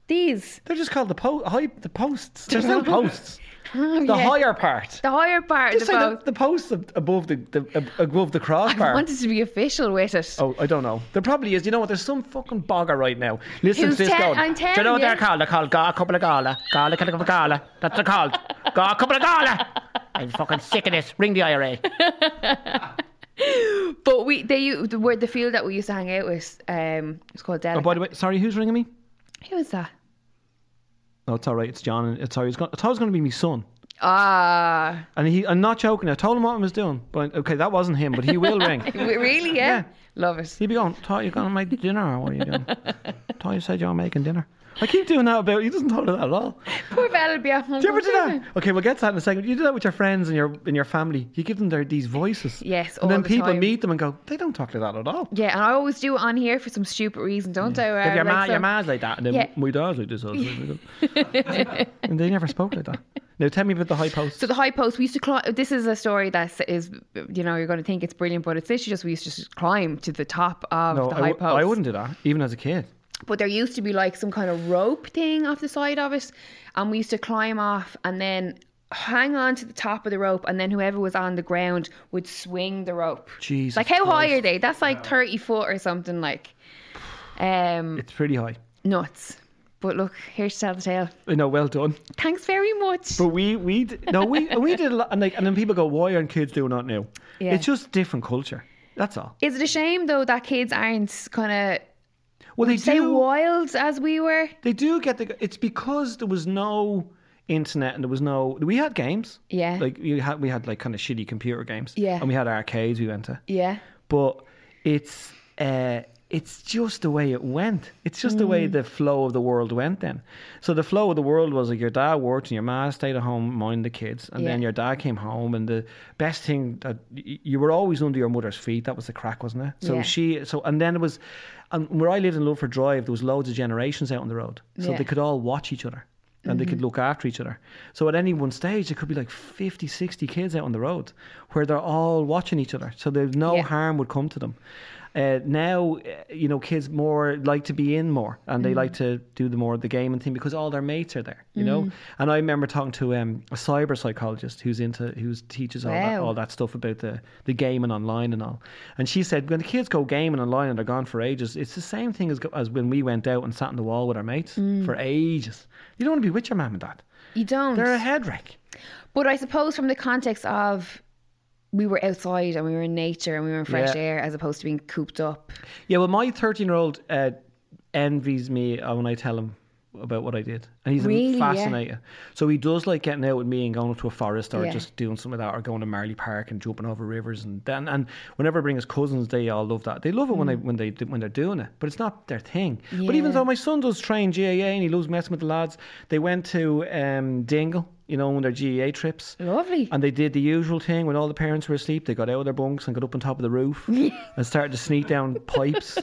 These. They're just called the po- high, the posts. There's no posts. Oh, The yeah. higher part. The higher part of Just the say the, post. the posts ab- above the, the ab- above the I crossbar. wanted to be official with it. Oh, I don't know. There probably is. You know what? There's some fucking bogger right now. Listen Who's to this tell- going. I'm Do you telling know what you. they're called? They're called Gaw Couple of Gala. Gala Couple of Gala. That's what they're called. Gaw Couple of Gala. I'm fucking sick of this. Ring the IRA. Oh. But we, they, u- the, where the field that we used to hang out with, um, it's called Oh, Delica. by the way, sorry, who's ringing me? Who is that? No, it's all right. It's John. It's sorry. It's going, I thought it was going to be my son. Ah, And he, I'm not joking. I told him what I was doing. But okay, that wasn't him. But he will ring. w- really? Yeah. Love it. He'd be going, Thought you're going to make dinner, or what are you doing? Thought you said you were making dinner. I keep doing that about he doesn't know that at all. Poor Bella be at home. Do you ever do that? Okay, we'll get to that in a second. You do that with your friends and your and your family. You give them their these voices. Yes, all And then the people time. meet them and go, They don't talk like that at all. Yeah, and I always do it on here for some stupid reason, don't I? where If your like ma some- your ma's like that and then Yeah. my dad's like this also. and they never spoke like that. Now tell me about the high post. So the high post, we used to climb. This is a story that is, you know, you're going to think it's brilliant, but it's literally just we used to just climb to the top of no, the I, high w- post. I wouldn't do that, even as a kid. But there used to be like some kind of rope thing off the side of it, and we used to climb off and then hang on to the top of the rope, and then whoever was on the ground would swing the rope. Jesus Like how high Christ. are they? That's like thirty foot or something. Like, um, It's pretty high. nuts. But look, here's to tell the tale. I know, well done. Thanks very much. But we we d- no we we did a lot, and like and then people go, why aren't kids doing that now? Yeah. It's just different culture. That's all. Is it a shame though that kids aren't kind Well, they of say do. wild as we were? They do get the. It's because there was no internet and there was no. We had games. Yeah. Like we had we had like kind of shitty computer games. Yeah. And we had arcades we went to, Yeah. but it's uh it's just the way it went. It's just the Mm. way the flow of the world went then. So the flow of the world was like your dad worked and your ma stayed at home minding the kids, and then Yeah. your dad came home. And the best thing that y- you were always under your mother's feet. That was the crack, wasn't it? So Yeah. she. So and then it was, and where I lived in Lowford Drive, there was loads of generations out on the road, so Yeah. Mm-hmm. they could all watch each other. And they could look after each other. So at any one stage, there could be like 50, 60 kids out on the road where they're all watching each other. So there's no Yeah. harm would come to them. Uh, now, uh, you know, kids more like to be in more and they Mm. like to do the more of the game and thing because all their mates are there, you know. And I remember talking to um, a cyber psychologist who's into who teaches all, that, Wow. all that stuff about the the gaming online and all. And she said when the kids go gaming online and they're gone for ages, it's the same thing as go- as when we went out and sat on the wall with our mates for ages. You don't want to be with your mum and dad. You don't. They're a head wreck. But I suppose from the context of we were outside and we were in nature and we were in fresh Yeah. air as opposed to being cooped up. Yeah, well, my 13 year old uh, envies me uh, when I tell him about what I did. And he's Really? Yeah. fascinated. So he does like getting out with me and going up to a forest or Yeah. just doing something like that or going to Marley Park and jumping over rivers. And then, and whenever I bring his cousins, they all love that. They love it when, I, when, they, do- when they're doing it, but it's not their thing. But even Mm. Yeah. though my son does train GAA and he loves messing with the lads, they went to um, Dingle, you know, on their GAA trips. Lovely. And they did the usual thing when all the parents were asleep. They got out of their bunks and got up on top of the roof and started to sneak down pipes.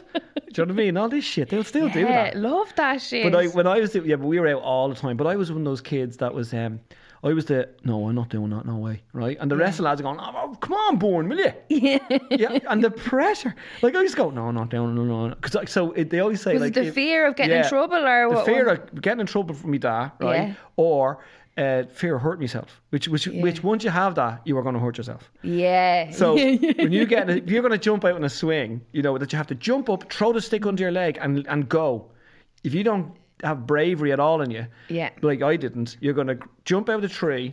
Do you know what I mean? All this shit. They'll still do yeah, that. love that shit. But I, when I was, yeah, but we were out all the time. But I was one of those kids that was, um, I was the, no, I'm not doing that, no way, right? And the rest of the lads are going, oh, oh, come on, Bourne, will you? Yeah. yeah. And the pressure. Like, I just go, no, I'm not doing it, no, no, no. Because so it, they always say, was like, it the if- fear of getting in yeah. trouble or the what? fear was- of getting in trouble from me dad, right? Yeah. Or uh, fear of hurting myself, which which which once you have that, you are going to hurt yourself. yeah. So when you get if you're going to jump out on a swing, you know that you have to jump up, throw the stick under your leg, and and go. If you don't have bravery at all in you, Yeah. like I didn't, you're going to jump out of the tree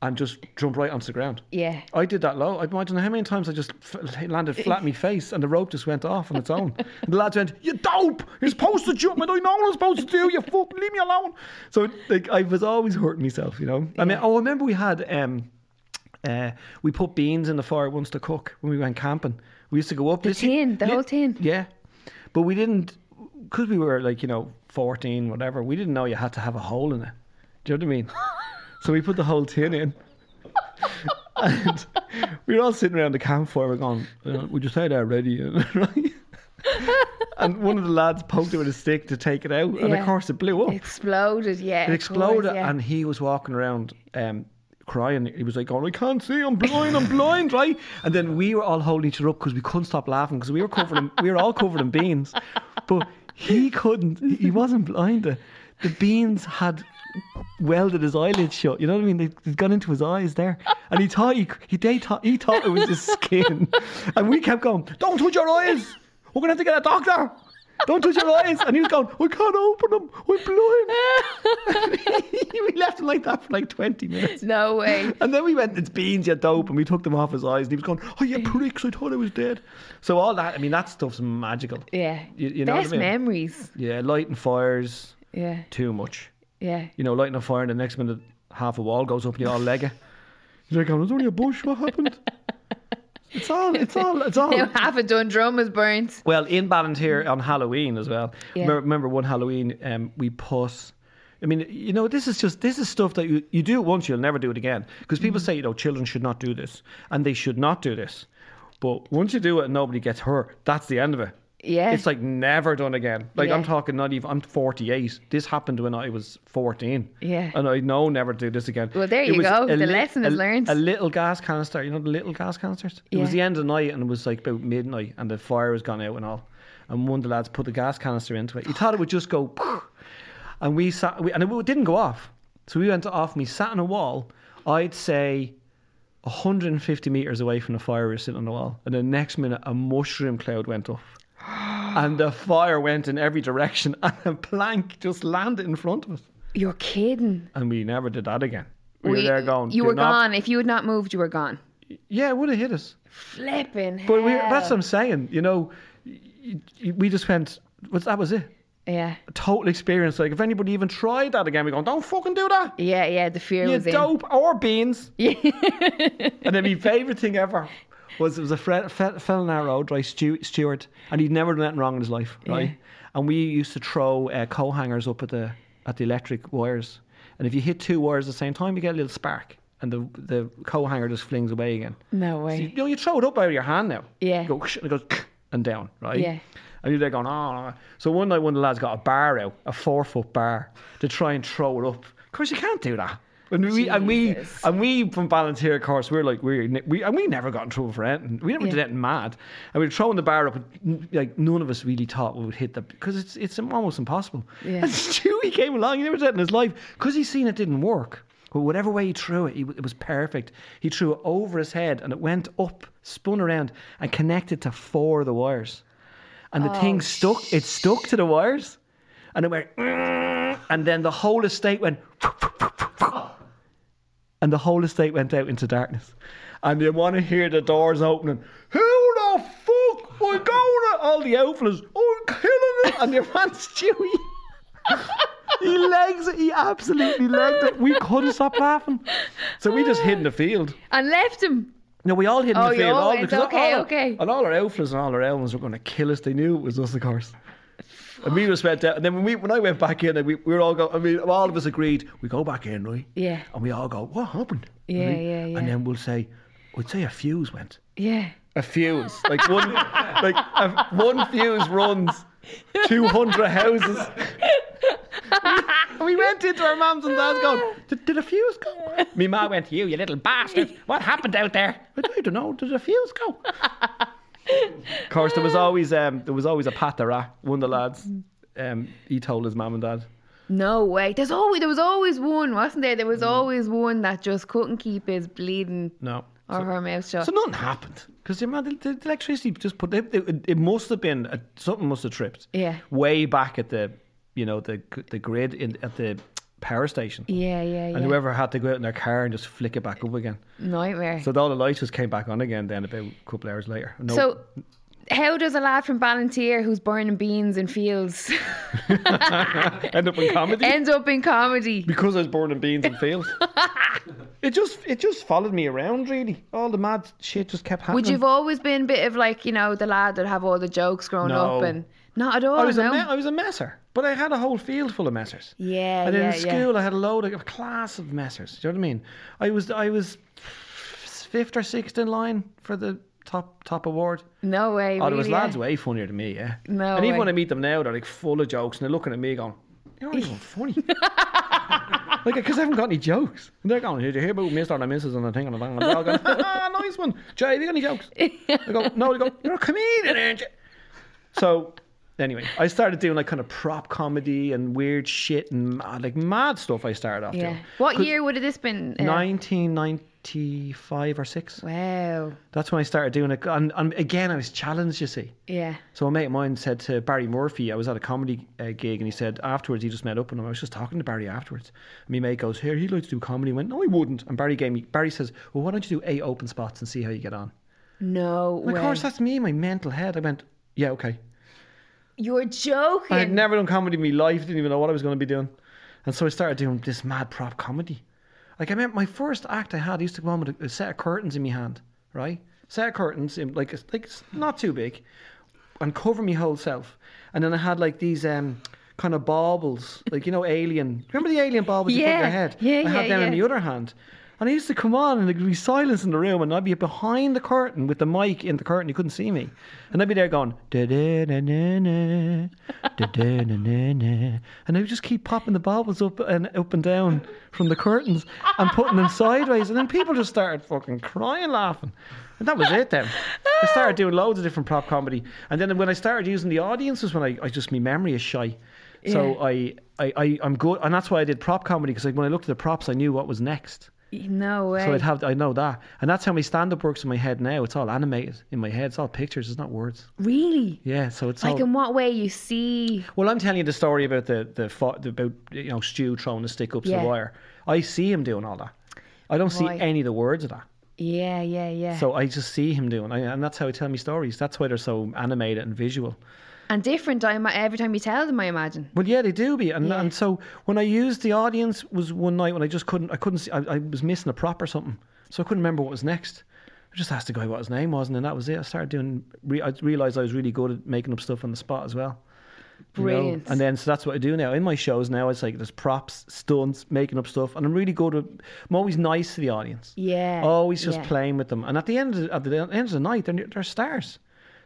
and just jump right onto the ground. yeah. I did that low. I imagine how many times I just f- landed flat in my face and the rope just went off on its own. And the lads went, "You dope! You're supposed to jump, and I know what I'm supposed to do. You fuck, leave me alone." So like I was always hurting myself, you know. I mean, oh, I remember we had um, uh, we put beans in the fire once to cook when we went camping. We used to go up the tin, the whole tin. Yeah, but we didn't because we were like you know 14, whatever. We didn't know you had to have a hole in it. Do you know what I mean? so we put the whole tin in. And we were all sitting around the campfire going, uh, Would you say that ready? Right? and one of the lads poked it with a stick to take it out. And Yeah. of course, it blew up. Exploded, yeah. It of exploded, course, yeah. and he was walking around um, crying. He was like, "Going, I can't see. I'm blind. I'm blind." Right? And then we were all holding each other up because we couldn't stop laughing because we were covered. In, we were all covered in beans, but he couldn't. He wasn't blind. The, the beans had welded his eyelids shut. You know what I mean? They, they'd gone into his eyes there, and he thought he he they thought he thought it was his skin, and we kept going. Don't touch your eyes. We're gonna have to get a doctor. Don't touch your eyes. And he was going, I can't open them. I'm blind we left him like that for like 20 minutes. No way. And then we went, it's beans, you dope. And we took them off his eyes. And he was going, oh, you pricks, I thought I was dead. So all that, I mean, that stuff's magical. Yeah. You- you know what I Best mean? memories. Yeah, lighting fires, Yeah. too much. Yeah. You know, lighting a fire and the next minute, half a wall goes up and you're all leg it. You're like, oh, there's only a bush, what happened? It's all, it's all, it's all. Now half a done drum was burnt. Well, in Ballantyre on Halloween as well. Mm-hmm. Yeah. Remember, remember one Halloween um, we put. I mean, you know, this is just this is stuff that you, you do it once, you'll never do it again. Because Mm-hmm. people say, you know, children should not do this, and they should not do this. But once you do it and nobody gets hurt, that's the end of it. Yeah. It's like never done again. Like I'm Yeah. talking, not even. I'm 48. This happened when I was 14. Yeah. And I know never do this again. Well, there It you was go. a The lit- lesson is a- learned. A little gas canister. You know the little gas canisters. It was Yeah. the end of the night, and it was like about midnight, and the fire was gone out and all. And one of the lads put the gas canister into it. He thought it would just go, and we sat, we, and it didn't go off. So we went off, and we sat on a wall. I'd say 150 meters away from the fire, we were sitting on the wall, and the next minute, a mushroom cloud went up. And the fire went in every direction, and a plank just landed in front of us. You're kidding. And we never did that again. We, We- were there going. You "Do were not-" gone. If you had not moved, you were gone. Yeah, it would have hit us. Flipping. But we, hell. that's what I'm saying. You know, y- y- we just went. Well, that was it. Yeah. A total experience. Like if anybody even tried that again, we go, don't fucking do that. Yeah, yeah. The fear You was in. dope or beans. and then my favorite thing ever was it was a fre- fe- fell in our road, right, Stu- Stuart, and he'd never done anything wrong in his life, right? Yeah. And we used to throw uh, coat hangers up at the at the electric wires, and if you hit two wires at the same time, you get a little spark, and the the coat hanger just flings away again. No So way. you, you know, you throw it up out of your hand now. Yeah. You go, and it goes, and down, right? Yeah. And you're there going, oh. So one night, one of the lads got a bar out, a four foot bar, to try and throw it up. Of course, you can't do that. And we, and we, Jesus. and we from Ballantyre, of course, we are like, we're, we, and we never got in trouble for anything. We never Yeah. did anything mad. And we were throwing the bar up, and n- like, none of us really thought we would hit that because it's, it's almost impossible. Yeah. And Stewie came along, he never did it in his life because he seen it didn't work. But whatever way he threw it, he, it was perfect. He threw it over his head and it went up, spun around, and connected to four of the wires. And the thing stuck, it stuck to the wires and it went, "Mm," and then the whole estate went, and the whole estate went out into darkness. And you want to hear the doors opening. Who the fuck we going to? All the outflows, oh, I'm killing it. And your man Stewie, he legs it. He absolutely legged it. We couldn't stop laughing. So we just hid in the field. And left him. No, we all hid in Oh, the you field. all all went, because okay, all, okay. And all our outflows and all our elms were going to kill us. They knew it was us, of course. And we just went out. And then when, we, when I went back in, and we, we were all go. I mean, all of us agreed, we go back in, right? Yeah. And we all go, what happened? Yeah, Right? yeah, yeah. And then we'll say, we'd say a fuse went. Yeah. A fuse. Like one, like a, one fuse runs 200 houses. we went into our mums and dads going, did, did a fuse go? Me ma went, you, you little bastard. What happened out there? I don't know. Did a fuse go? of course, there was always um, there was always a patera. One of the lads, um, he told his mum and dad. No way. There's always there was always one, wasn't there? There Mm. was always one that just couldn't keep his bleeding No. or her mouth shut. So nothing happened because the, amount- the, the electricity just put it. It, it must have been a, something must have tripped. Yeah. Way back at the you know the the grid in at the power station. yeah, yeah, yeah. And whoever had to go out in their car and just flick it back up again. Nightmare. So all the lights just came back on again. Then about a couple hours later. No, So, how does a lad from Ballantyre who's burning beans in fields end up in comedy end up in comedy? because I was burning beans and fields. it just it just followed me around really. All the mad shit just kept happening. Would you have always been a bit of like you know the lad that have all the jokes growing No. up and not at all? I was no. a me- I was a messer, but I had a whole field full of messers. yeah, And yeah, in school, I had a load of a class of messers. Do you know what I mean? I was I was fifth or sixth in line for the top top award. yeah. No way. Oh, there was really, yeah. lads way funnier than me, yeah. No and even way. when I meet them now, they're like full of jokes, and they're looking at me going, "You're not even funny." Like, because I haven't got any jokes. And they're going, did you hear about Mr. and Mrs. and the thing and the thing? And they're all going, ah, nice one. Jay, have you got any jokes? I go, no. They go, you're a comedian, aren't you? So, anyway, I started doing like kind of prop comedy and weird shit and mad, like mad stuff I started off Yeah. doing. What year would have this been? uh, 1995 or 6. Wow. That's when I started doing it. And, and again, I was challenged, you see. Yeah. So a mate of mine said to Barry Murphy, I was at a comedy uh, gig, and he said afterwards he just met up with him. I was just talking to Barry afterwards. And my mate goes, "Here, he likes to do comedy." I went, "No, he wouldn't." And Barry gave me. Barry says, "Well, why don't you do eight open spots and see how you get on?" No And way. Of course, that's me, in my mental head. I went, "Yeah, okay." You're joking. I had never done comedy in my life. Didn't even know what I was going to be doing, and so I started doing this mad prop comedy. Like I remember my first act I had, I used to go on with a, a set of curtains in my hand, right? Set of curtains, in, like like not too big, and cover me whole self. And then I had like these um kind of baubles, like you know, alien. Remember the alien baubles you put in Yeah. your head? Yeah, I had yeah, them in yeah. the other hand. And I used to come on and there'd be silence in the room and I'd be behind the curtain with the mic in the curtain, you couldn't see me. And I'd be there going da-da-na-na-na, da-da-na-na-na. and I would just keep popping the baubles up and up and down from the curtains and putting them sideways and then people just started fucking crying laughing. And that was it then. I started doing loads of different prop comedy. And then when I started using the audience was when I, I just, my memory is shy. So I, I, I, I'm good. And that's why I did prop comedy because like, when I looked at the props, I knew what was next. No way. So I'd have, I know that. And that's how my stand up works in my head now. It's all animated in my head. It's all pictures. It's not words. really? Yeah. So it's Like all. in what way you see? Well, I'm telling you the story about the, the, fo- the about, you know, Stu throwing a stick up to Yeah. the wire. I see him doing all that. I don't Right. see any of the words of that. Yeah, yeah, yeah. So I just see him doing, I- and that's how I tell me stories. That's why they're so animated and visual. and different I ima- every time you tell them, I imagine. Well, yeah, they do be, and Yeah. and so when I used the audience was one night when I just couldn't, I couldn't, see, I, I was missing a prop or something, so I couldn't remember what was next. I just asked the guy what his name was, and then that was it. I started doing. Re- I realized I was really good at making up stuff on the spot as well. you know. Brilliant. And then so that's what I do now in my shows. Now it's like there's props, stunts, making up stuff, and I'm really good at. I'm always nice to the audience. Yeah, Always just yeah. playing with them, and at the end of the, at the end of the night, they're, they're stars.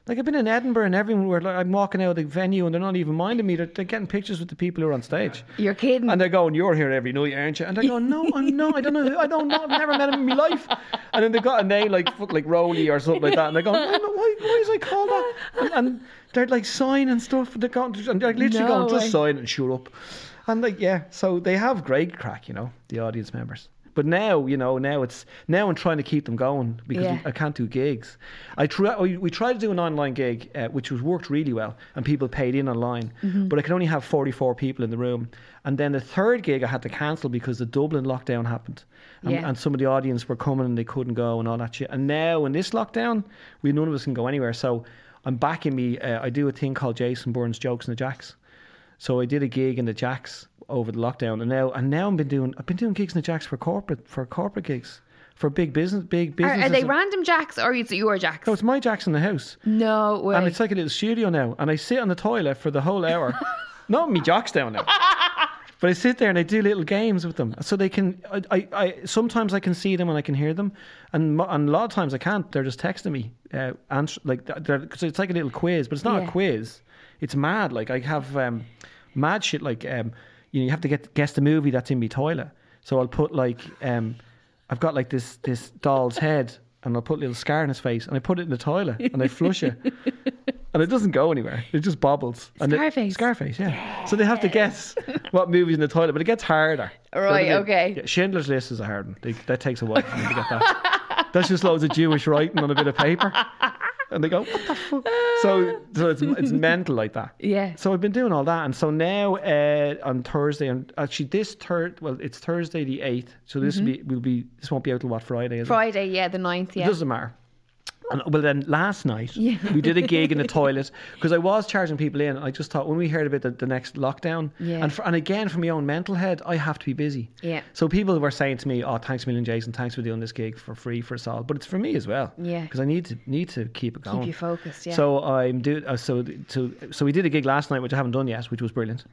Like I've been in Edinburgh and everywhere. Like I'm walking out of the venue and they're not even minding me. They're, they're getting pictures with the people who are on stage. You're kidding. And they're going, "You're here every night, aren't you?" And they're going, "No, I'm not. I don't know. Who, I don't know. I've never met him in my life." And then they got a name like fuck, like Rowley or something like that, and they're going, "I don't know, "Why, why is I called that?" And, and they're like signing stuff. They're going, and they're No literally going, "Just way. sign and shut up." And like, yeah, so they have great crack, you know, the audience members. But now, you know, now it's now I'm trying to keep them going because Yeah. we, I can't do gigs. I try, oh, we we tried to do an online gig, uh, which was worked really well, and people paid in online. Mm-hmm. But I could only have 44 people in the room, and then the third gig I had to cancel because the Dublin lockdown happened, and, Yeah. and some of the audience were coming and they couldn't go and all that shit. And now in this lockdown, we none of us can go anywhere. So I'm back in me. Uh, I do a thing called Jason Burns Jokes and the Jacks. So I did a gig in the Jacks over the lockdown, and now and now I've been doing I've been doing gigs in the Jacks for corporate for corporate gigs for big business big are, businesses. are they random jacks or is it your jacks? No, it's my Jacks in the house, No way. and it's like a little studio now, and I sit on the toilet for the whole hour. Not me Jacks down now. But I sit there and I do little games with them, so they can. I, I, I sometimes I can see them and I can hear them, and mo- and a lot of times I can't. They're just texting me, uh, answer like because it's like a little quiz, but it's not Yeah. a quiz. It's mad. Like I have um, mad shit. Like um, you know, you have to get guess the movie that's in me toilet. So I'll put like um, I've got like this this doll's head, and I'll put a little scar on his face, and I put it in the toilet, and I flush it. And it doesn't go anywhere. It just bobbles. And it- Scarface. Scarface, yeah. So they have to guess what movie's in the toilet, but it gets harder. Right, Don't they? okay. Yeah, Schindler's List is a hard one. They, that takes a while for me to get that. That's just loads of Jewish writing on a bit of paper. And they go, what the fuck? So, so it's, it's mental like that. Yeah. So I've been doing all that. And so now uh, on Thursday, and actually this third, well, it's Thursday the 8th. So this Mm-hmm. will be, will be, this won't be out till what, Friday? Is it? Friday, yeah, the 9th, yeah. It doesn't matter. And, well, then last night Yeah. we did a gig in the toilet because I was charging people in. And I just thought when we heard about the, the next lockdown, Yeah. and for, and again from my own mental head, I have to be busy. Yeah. So people were saying to me, "Oh, thanks a million, Jason. Thanks for doing this gig for free for us all, but it's for me as well. Yeah. Because I need to need to keep it going. you focused, yeah. So I'm do uh, so so so we did a gig last night which I haven't done yet, which was brilliant.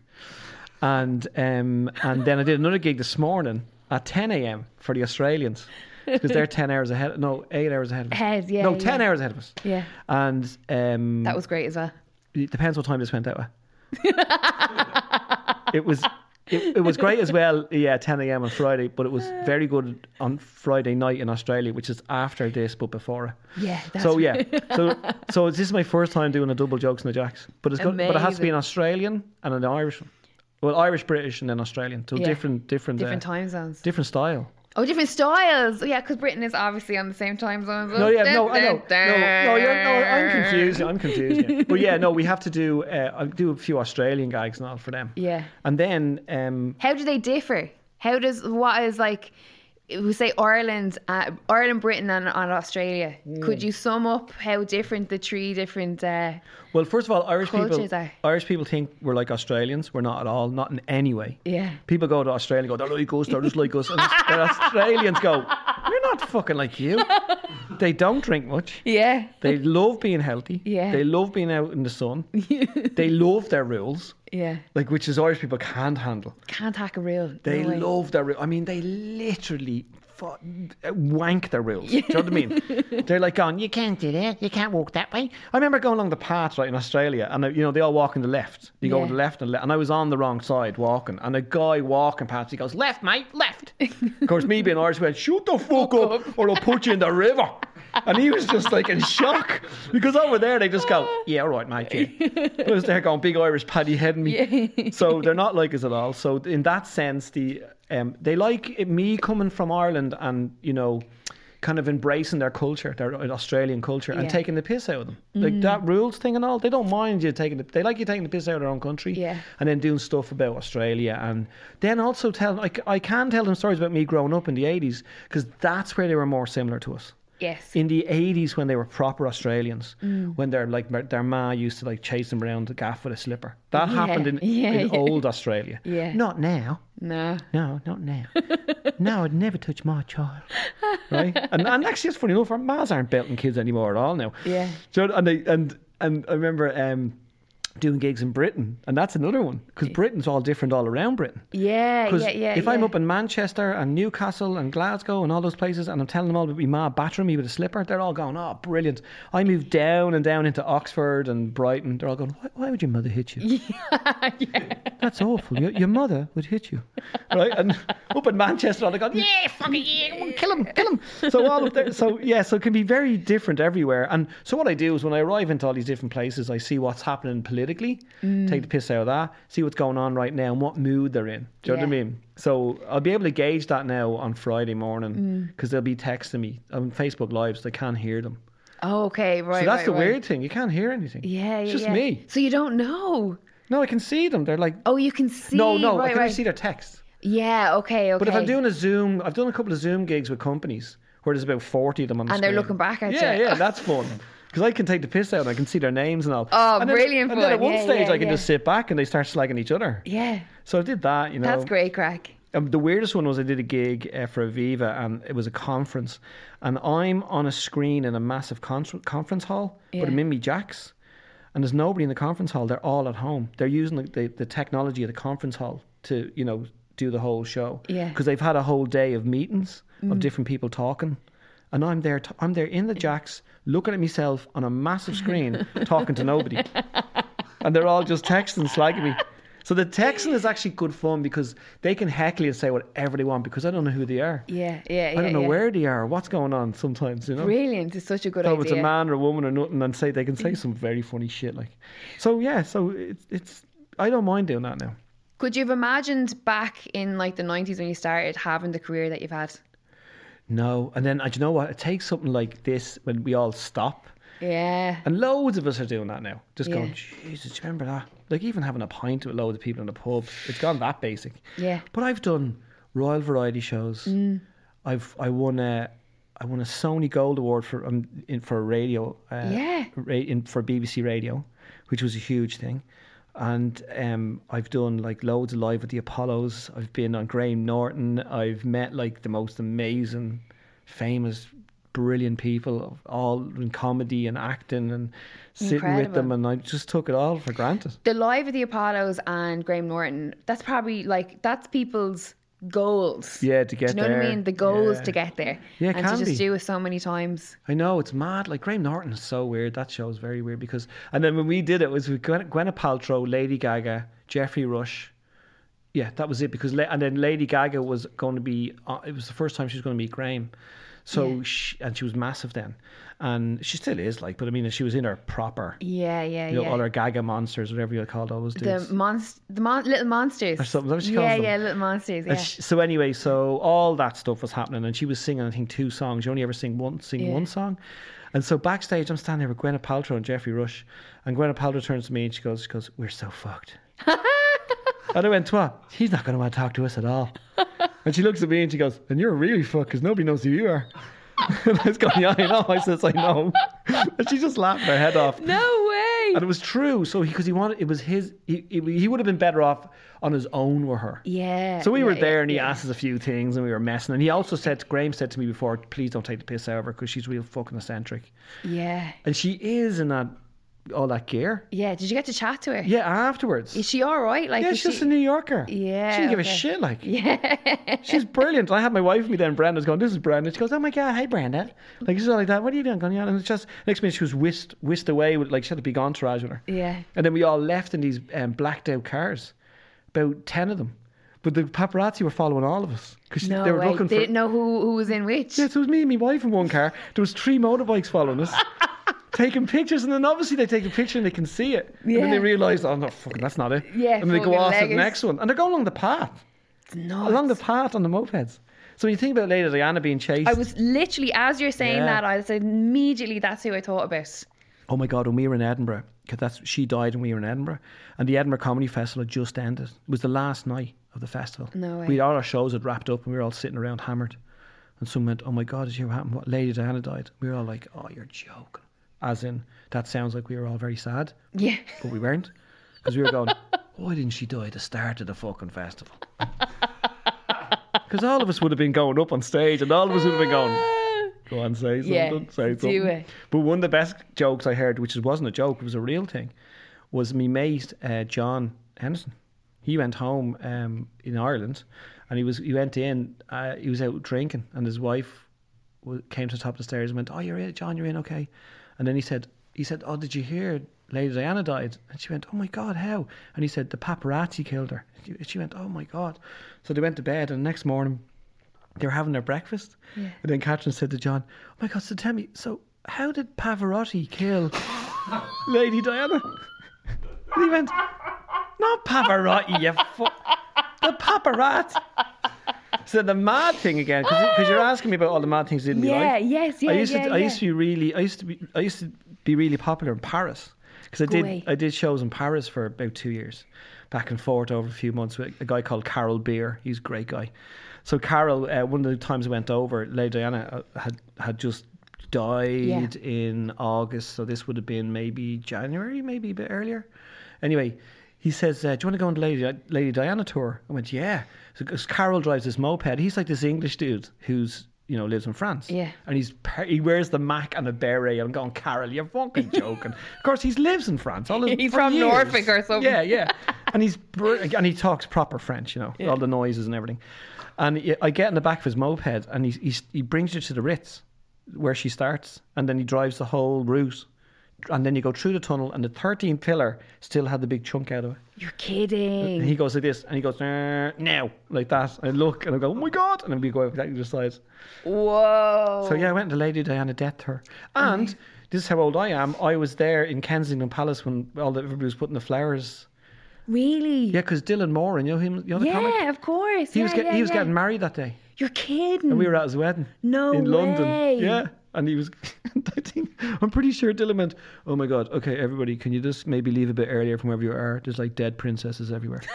And um and then I did another gig this morning at 10 a.m. for the Australians because they're 10 hours ahead. No, eight hours ahead of us. Ahead, yeah, No, 10 yeah. hours ahead of us. Yeah. And um, That was great as well. it depends what time this went out. at. it was it, it was great as well. Yeah, 10 a.m. on Friday, but it was very good on Friday night in Australia, which is after this but before it. Yeah, that's so yeah, so so this is my first time doing a double jokes and the jacks, but it's got, but it has to Amazing. be an Australian and an Irish one. Well, Irish, British, and then Australian. So Yeah. different, different, Different uh, time zones. different style. Oh, different styles. Oh, yeah, because Britain is obviously on the same time zone. as No, us. yeah, no, I know. Dun, dun, No, no, you're, no I'm dun. confused. I'm confused. yeah. But yeah, no, we have to do. Uh, I'll do a few Australian gags now for them. Yeah. And then, um, How do they differ? How does what is like? We say Ireland, uh, Ireland, Britain, and, and Australia. Hmm. Could you sum up how different the three different? Uh, well, first of all, Irish Cultures people, are- Irish people think we're like Australians. We're not at all. Not in any way. yeah, People go to Australia, and go, they're like us, they're just like us. And Aus- and Australians go, we're not fucking like you. They don't drink much. yeah, They love being healthy. Yeah. They love being out in the sun. they love their rules, yeah. like which is Irish people can't handle. Can't hack a reel. They no way. love their. I mean, they literally fu- wank their rules. Do you know what I mean? They're like going, you can't do that. You can't walk that way. I remember going along the path right in Australia, and uh, you know they all walk in the left. You go Yeah. on the left and left, and I was on the wrong side walking, and a guy walking past, he goes, "Left, mate, left." of course, me being Irish, went, "Shoot the fuck up, or I'll put you in the river." And he was just like in shock because over there they just go, "Yeah, all right, mate." Yeah. But I was there going, "Big Irish paddy heading me." so they're not like us at all. So in that sense, the um, they like it- me coming from Ireland and you know, kind of embracing their culture, their Australian culture, and Yeah. taking the piss out of them. Like that rules thing and all. They don't mind you taking the. They like you taking the piss out of their own country. Yeah. And then doing stuff about Australia, and then also tell I, c- I can tell them stories about me growing up in the eighties because that's where they were more similar to us. Yes. in the 80s when they were proper Australians, Mm. when their like mer- their ma used to like chase them around the gaff with a slipper. That Yeah, happened in, yeah, in yeah. old Australia. Yeah. Not now. no. No, not now. no, I'd never touch my child. Right? And, and actually, it's funny enough, our mas aren't belting kids anymore at all now. Yeah. So, and, they, and, and I remember um, doing gigs in Britain, and that's another one, because Britain's all different all around Britain. Yeah, Because yeah, yeah. if yeah. I'm up in Manchester and Newcastle and Glasgow and all those places, and I'm telling them all about me ma battering me with a slipper, they're all going, "Oh, brilliant!" I moved down and down into Oxford and Brighton. They're all going, "Why, why would your mother hit you? That's awful. Your, your mother would hit you, right?" And up in Manchester, all they going, "Yeah, fucking yeah, kill him, kill him." So all up there, so yeah, so it can be very different everywhere. And so what I do is when I arrive into all these different places, I see what's happening politically, Mm. take the piss out of that, see what's going on right now and what mood they're in. Do you know what I Yeah. mean? So I'll be able to gauge that now on Friday morning Mm. because they'll be texting me on Facebook Lives. They can't hear them. oh, okay, right. So that's right, the right. weird thing. You can't hear anything. Yeah, yeah. It's just yeah. me. So you don't know. No, I can see them. They're like, Oh, you can see. no, no, I right, can right. just see their text. Yeah, okay, okay. But if I'm doing a Zoom, I've done a couple of Zoom gigs with companies where there's about 40 of them on the And they're screen. looking back at yeah, you. Yeah, that's fun. Because I can take the piss out and I can see their names and all. Oh, and then- brilliant And then at fun. one Yeah, stage, yeah, I can yeah. just sit back and they start slagging each other. yeah, So I did that, you know. that's great crack. Um, the weirdest one was I did a gig uh, for Aviva and it was a conference, and I'm on a screen in a massive con- conference hall, Yeah. but I'm in me jacks, and there's nobody in the conference hall. They're all at home. They're using the, the, the technology of the conference hall to you know do the whole show. Yeah. Mm. because they've had a whole day of meetings of different people talking, and I'm there. T- I'm there in the jacks, looking at myself on a massive screen, talking to nobody and they're all just texting, slagging me. So the texting is actually good fun because they can heckle you and say whatever they want because I don't know who they are. Yeah, yeah, yeah. I don't know yeah. where they are, what's going on sometimes, you know. Brilliant. It's such a good So idea. it's a man or a woman or nothing, and say they can Mm. say some very funny shit like. So yeah, so it's it's I don't mind doing that now. Could you have imagined back in like the 90s when you started having the career that you've had? No, and then uh, do you know what? It takes something like this when we all stop, Yeah. and loads of us are doing that now. Just Yeah. going, Jesus, do you remember that? Like even having a pint with loads of people in the pub, it's gone that basic. Yeah. But I've done royal variety shows. Mm. I've I won a I won a Sony Gold Award for um, in, for radio. Uh, Yeah. ra- in, for BBC Radio, which was a huge thing. And um, I've done like loads of live with the Apollos. I've been on Graham Norton. I've met like the most amazing, famous, brilliant people, all in comedy and acting and sitting with them. Incredible. And I just took it all for granted. The Live of the Apollos and Graham Norton, that's probably like, that's people's goals. Yeah, to get Do you know there. what I mean? The goals Yeah. to get there. Yeah, it and to can just be. do it so many times. I know it's mad. Like Graham Norton is so weird. That show is very weird because. And then when we did it, it was with Gwen, Gwyneth Paltrow, Lady Gaga, Jeffrey Rush. Yeah, that was it. Because la- and then Lady Gaga was going to be. Uh, it was the first time she was going to meet Graham. So she, and she was massive then, and she still is like. But I mean, she was in her proper, Yeah, yeah, you know, yeah. all her Gaga monsters, whatever you call those the dudes. monst- the mon- little monsters. Or something, is that what she yeah, calls them? yeah, little monsters. Yeah. And sh so anyway, so all that stuff was happening, and she was singing, I think, two songs. You only ever sing one, sing Yeah. one song. And so backstage, I'm standing there with Gwyneth Paltrow and Jeffrey Rush, and Gwyneth Paltrow turns to me and she goes, she goes, "We're so fucked." and I went, "What? He's not going to want to talk to us at all." and she looks at me and she goes, "And you're really fucked because nobody knows who you are." and I was going, "Yeah, I know." I says, "I know," and she just laughed her head off. no way. And it was true. So because he, wanted, it was his. He, he, he would have been better off on his own with her. yeah. So we yeah, were yeah, there, and he yeah. asked us a few things, and we were messing. And he also said, Graham said to me before, "Please don't take the piss out of her because she's real fucking eccentric." Yeah. And she is in that all that gear. Yeah. Did you get to chat to her? Yeah, afterwards. Is she all right? Like, yeah, is she's just she- a New Yorker. Yeah, she didn't give okay. a shit. Like, yeah, she's brilliant. I had my wife with me then. Brenda's going, "This is Brenda." She goes, "Oh my god, hi Brenda." Like she's all like that. What are you doing, going on? And it's just next minute she was whisked whisked away with like she had a big entourage with her. yeah. And then we all left in these um, blacked out cars, about 10 of them. But the paparazzi were following all of us because No they were way. looking they for. didn't know who, who was in which. Yes, it was me and my wife in one car. There was three motorbikes following us, taking pictures, and then obviously they take a picture and they can see it, and then Yeah. they realise, oh no, fucking, that's not it. Yeah, and they go fucking off to the leggers. next one, and they go along the path, No. along the path on the mopeds. So when you think about it later, Diana being chased. I was literally, as you're saying Yeah. that, I said immediately that's who I thought about. oh my god, when we were in Edinburgh, 'cause that's she died when we were in Edinburgh, and the Edinburgh Comedy Festival had just ended. It was the last night of the festival. No way. We all our shows had wrapped up, and we were all sitting around hammered. And someone went, "Oh my God, did you hear what happened? What Lady Diana died?" We were all like, "Oh, you're joking." As in, that sounds like we were all very sad, Yeah. but we weren't, because we were going, "Why didn't she die at the start of the fucking festival?" Because all of us would have been going up on stage, and all of us would have been going. Go on, say something. Yeah, say do something. it. But one of the best jokes I heard, which wasn't a joke, it was a real thing, was me mate uh, John Henderson. He went home um, in Ireland, and he was he went in. Uh, he was out drinking, and his wife w- came to the top of the stairs and went, "Oh, you're in, John. You're in, okay." And then he said, "He said, oh, did you hear Lady Diana died?" And she went, "Oh my God, how?" And he said, "The paparazzi killed her." And she- she went, "Oh my God." So they went to bed, and the next morning they were having their breakfast. And then Catherine said to John, Oh my God, so tell me, so how did Pavarotti kill Lady Diana? And he went, Not Pavarotti, you fuck. The paparazzi. So the mad thing again, because you're asking me about all the mad things in my Yeah, life. yes, yeah, I used yeah, to, I yeah. used to be really, I used to be, I used to be really popular in Paris because I did, away. I did shows in Paris for about two years, back and forth over a few months with a guy called Carol Beer. He's a great guy. So Carol, uh, one of the times I went over, Lady Diana uh, had had just died in August, so this would have been maybe January, maybe a bit earlier. Anyway, he says, uh, "Do you want to go on the Lady Lady Diana tour?" I went, "Yeah." So 'cause Carol drives this moped. He's like this English dude who's you know lives in France. Yeah. And he's per- he wears the Mac and a beret. I'm going, Carol, you're fucking joking. of course, he lives in France. All his, He's for from years. Norfolk or something. Yeah, yeah. and he's br- and he talks proper French, you know, all the noises and everything. And he- I get in the back of his moped, and he he, he brings you to the Ritz, where she starts, and then he drives the whole route. And then you go through the tunnel, and the 13th pillar still had the big chunk out of it. You're And kidding. he goes like this, and he goes, "Er, now, like that. And I look, and I go, oh my God. And then we go exactly the sides. Whoa. So yeah, I went to Lady Diana death tour, and this is how old I am. I was there in Kensington Palace when all the, everybody was putting the flowers. Really? Yeah, because Dylan Moore, you know him, you know the comic. Yeah, of course. He yeah, was get, yeah, he was yeah. getting married that day. You're kidding. We were at his wedding. No in way. London. Yeah, and he was. I think I'm pretty sure Dylan went. Oh my god. Okay, everybody, can you just maybe leave a bit earlier from wherever you are? There's like dead princesses everywhere.